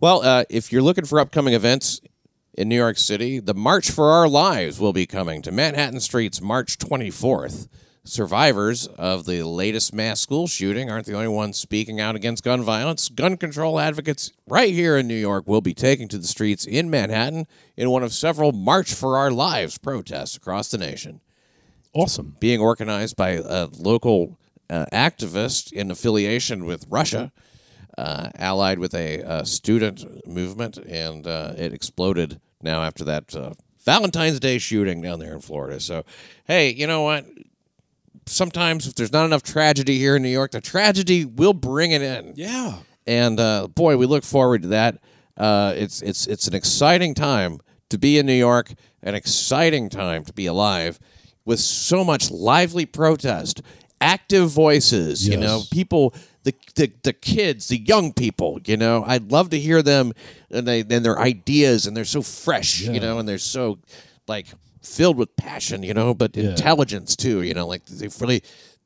Speaker 1: Well, uh, if you're looking for upcoming events in New York City, the March for Our Lives will be coming to Manhattan Streets March 24th. Survivors of the latest mass school shooting aren't the only ones speaking out against gun violence. Gun control advocates right here in New York will be taking to the streets in Manhattan in one of several March for Our Lives protests across the nation
Speaker 4: Awesome.
Speaker 1: being organized by a local uh, activist in affiliation with Russia, uh, allied with a uh, student movement, and uh, it exploded now after that uh, Valentine's Day shooting down there in Florida. So, hey, you know what? Sometimes if there's not enough tragedy here in New York, the tragedy will bring it in
Speaker 4: Yeah.
Speaker 1: and uh, boy, we look forward to that. Uh, it's it's it's an exciting time to be in New York, an exciting time to be alive, with so much lively protest, active voices. You
Speaker 4: Yes.
Speaker 1: know, people, the, the the kids, the young people. You know, I'd love to hear them and they and their ideas, and they're so fresh. You know, and they're so like filled with passion. You know, but intelligence too. You know, like they've really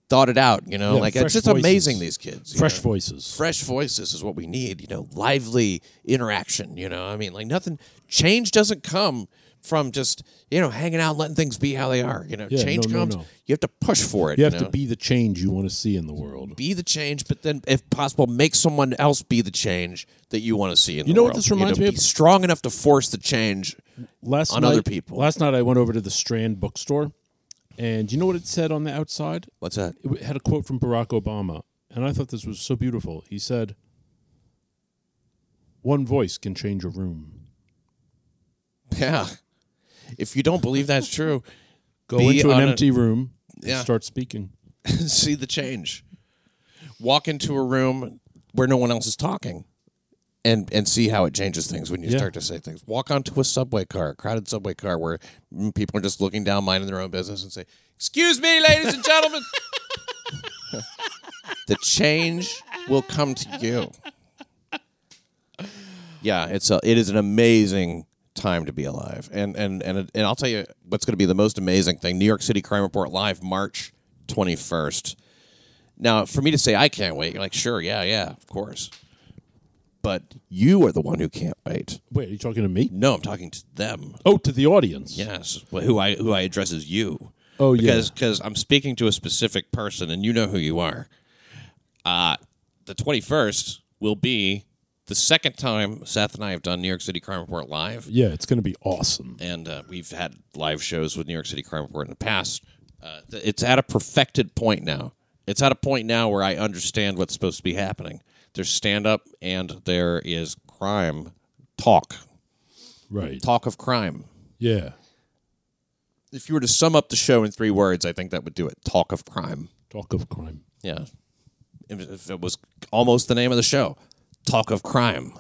Speaker 1: thought it out. You know,
Speaker 4: Yeah,
Speaker 1: like it's
Speaker 4: fresh
Speaker 1: just
Speaker 4: voices.
Speaker 1: amazing these kids. you
Speaker 4: Fresh
Speaker 1: know?
Speaker 4: voices.
Speaker 1: fresh voices is what we need you know lively interaction you know i mean like nothing change doesn't come from just you know hanging out letting things be how they are you know
Speaker 4: Yeah,
Speaker 1: change
Speaker 4: no, no,
Speaker 1: comes
Speaker 4: no.
Speaker 1: you have to push for it
Speaker 4: You have
Speaker 1: know?
Speaker 4: to be the change you want to see in the world.
Speaker 1: Be the change but then if possible make someone else be the change that you want to see in
Speaker 4: You
Speaker 1: the
Speaker 4: know what
Speaker 1: world
Speaker 4: this reminds
Speaker 1: you know,
Speaker 4: me
Speaker 1: be
Speaker 4: of?
Speaker 1: strong enough to force the change
Speaker 4: last
Speaker 1: on
Speaker 4: night,
Speaker 1: other people.
Speaker 4: Last night I went over to the Strand bookstore, and you know what it said on the outside?
Speaker 1: what's that
Speaker 4: It had a quote from Barack Obama, and I thought this was so beautiful. He said, "One voice can change a room.
Speaker 1: yeah if you don't believe that's true
Speaker 4: Go
Speaker 1: Be
Speaker 4: into
Speaker 1: on
Speaker 4: an
Speaker 1: a-
Speaker 4: empty room
Speaker 1: Yeah.
Speaker 4: and start speaking."
Speaker 1: see the change. Walk into a room where no one else is talking and and see how it changes things when you
Speaker 4: Yeah.
Speaker 1: start to say things. Walk onto a subway car, a crowded subway car where mm, people are just looking down minding their own business and say, "Excuse me, ladies and gentlemen." the change will come to you. Yeah, it's a, it is an amazing time to be alive, and and and and I'll tell you what's going to be the most amazing thing: New York City Crime Report live, March twenty first. Now, for me to say I can't wait, you're like, sure, yeah, yeah, of course, but you are the one who can't wait.
Speaker 4: Wait, are you talking to me?
Speaker 1: No, I'm talking to them.
Speaker 4: Oh, to the audience.
Speaker 1: Yes, well, who I who I address as you.
Speaker 4: Oh, yeah.
Speaker 1: because because I'm speaking to a specific person, and you know who you are. Uh the 21st will be the second time Seth and I have done New York City Crime Report live,
Speaker 4: Yeah, it's going to be awesome.
Speaker 1: and uh, we've had live shows with New York City Crime Report in the past. Uh, th- it's at a perfected point now. It's at a point now where I understand what's supposed to be happening. There's stand up and there is crime talk,
Speaker 4: Right.
Speaker 1: talk of crime.
Speaker 4: Yeah.
Speaker 1: if you were to sum up the show in three words, I think that would do it. Talk of crime.
Speaker 4: Talk of crime.
Speaker 1: Yeah. If- If it was almost the name of the show, Talk of Crime.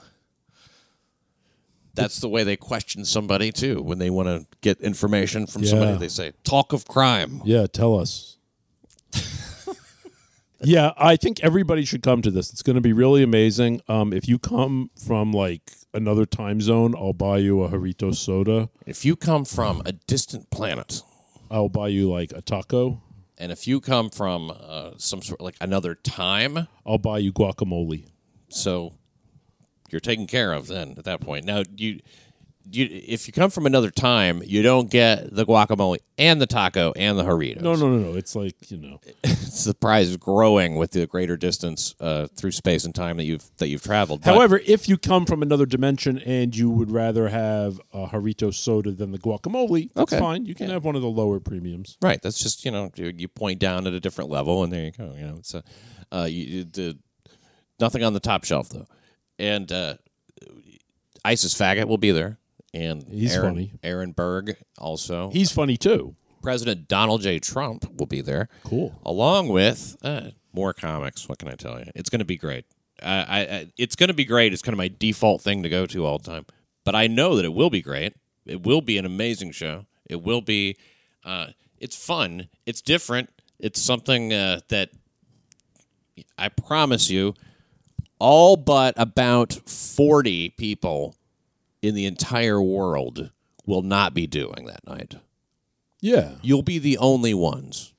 Speaker 1: That's the way they question somebody, too, when they want to get information from somebody.
Speaker 4: Yeah.
Speaker 1: They say, Talk of Crime.
Speaker 4: Yeah, tell us. yeah, I think everybody should come to this. It's going to be really amazing. Um, if you come from like another time zone, I'll buy you a Harito soda.
Speaker 1: If you come from a distant planet,
Speaker 4: I'll buy you like a taco.
Speaker 1: and if you come from uh, some sort like another time,
Speaker 4: I'll buy you guacamole.
Speaker 1: so you're taken care of then at that point. Now, you you, if you come from another time, you don't get the guacamole and the taco and the Doritos.
Speaker 4: No, no, no, no. It's like you know.
Speaker 1: the prize is growing with the greater distance uh, through space and time that you've that you've traveled. But-
Speaker 4: However, if you come from another dimension and you would rather have a Harito soda than the guacamole, that's
Speaker 1: Okay.
Speaker 4: fine. You can have one of the lower premiums.
Speaker 1: Right. That's just you know you, you point down at a different level, and there you go. You know, it's a uh, you, you did nothing on the top shelf though, and uh, ISIS faggot will be there, and
Speaker 4: He's
Speaker 1: Aaron,
Speaker 4: funny.
Speaker 1: Aaron Berg also.
Speaker 4: He's funny too.
Speaker 1: President Donald J. Trump will be there.
Speaker 4: Cool.
Speaker 1: Along with uh, more comics. What can I tell you? It's going to be great. I, I, I it's going to be great. It's kind of my default thing to go to all the time. But I know that it will be great. It will be an amazing show. It will be. Uh, it's fun. It's different. It's something uh, that I promise you, all but about forty people in the entire world will not be doing that night
Speaker 4: Yeah.
Speaker 1: you'll be the only ones.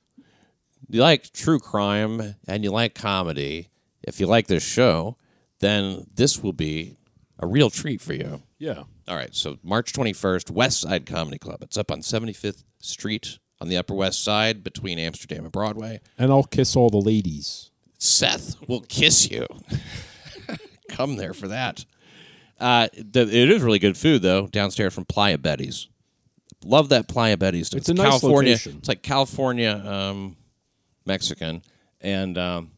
Speaker 1: You like true crime and you like comedy. If you like this show, then this will be a real treat for you.
Speaker 4: Yeah.
Speaker 1: All right, so March 21st, West Side Comedy Club. It's up on 75th Street on the Upper West Side between Amsterdam and Broadway.
Speaker 4: And I'll kiss all the ladies.
Speaker 1: Seth will kiss you. Come there for that. Uh, the, it is really good food though. Downstairs from Playa Betty's. Love that Playa Betty's. stuff.
Speaker 4: It's a nice
Speaker 1: California.
Speaker 4: location.
Speaker 1: It's like California um, Mexican, and um,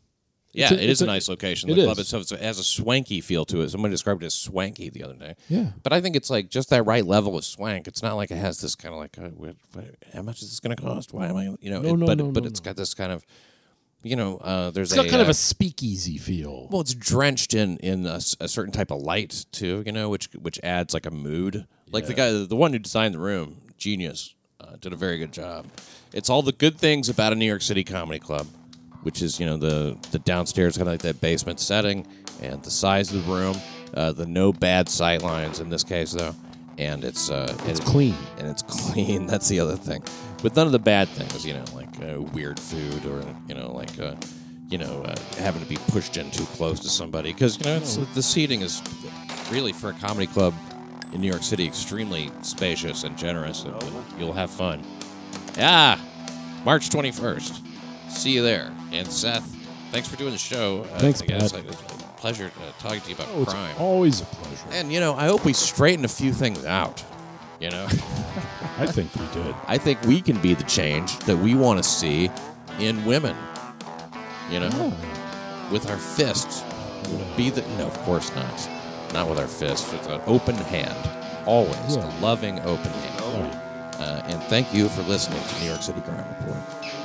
Speaker 1: yeah,
Speaker 4: It's a-
Speaker 1: it is
Speaker 4: it's
Speaker 1: a,
Speaker 4: a-
Speaker 1: nice location.
Speaker 4: it
Speaker 1: the club
Speaker 4: is.
Speaker 1: itself it's- it has a swanky feel to it. Somebody described it as swanky the other day.
Speaker 4: Yeah.
Speaker 1: but I think it's like just that right level of swank. It's not like it has this kind of like, uh, what- what- how much is this going to cost? Why am I, you know?
Speaker 4: No,
Speaker 1: it-
Speaker 4: no,
Speaker 1: but
Speaker 4: no,
Speaker 1: but
Speaker 4: no,
Speaker 1: it's
Speaker 4: no.
Speaker 1: got this kind of, you know, uh, there's
Speaker 4: It's got
Speaker 1: a,
Speaker 4: kind of
Speaker 1: uh,
Speaker 4: a speakeasy feel.
Speaker 1: well, it's drenched in in a, s- a certain type of light too, you know, which which adds like a mood. Like the guy, the one who designed the room, genius, uh, did a very good job. It's all the good things about a New York City comedy club, which is you know the the downstairs kind of like that basement setting and the size of the room, uh, the no bad sight lines in this case though, and it's uh, it's
Speaker 4: clean.
Speaker 1: and it's clean. That's the other thing. With none of the bad things, you know, like uh, weird food or you know, like uh, you know, uh, having to be pushed in too close to somebody because you know it's, the seating is really for a comedy club in New York City extremely spacious and generous, and you'll have fun. Yeah, March twenty first. See you there. And Seth, thanks for doing the show. Uh,
Speaker 4: Thanks,
Speaker 1: again, It's
Speaker 4: Pat.
Speaker 1: like a pleasure uh, talking to you about
Speaker 4: Oh, it's
Speaker 1: crime.
Speaker 4: always a pleasure.
Speaker 1: and you know, I hope we straighten a few things out. You know.
Speaker 4: I think we did.
Speaker 1: I think we can be the change that we want to see in women. You know,
Speaker 4: Oh.
Speaker 1: with our fists. Be the no, of course not. Not with our fists. With an open hand, always a
Speaker 4: Yeah.
Speaker 1: loving open hand.
Speaker 4: All right.
Speaker 1: Uh, and thank you for listening to New York City Crime Report.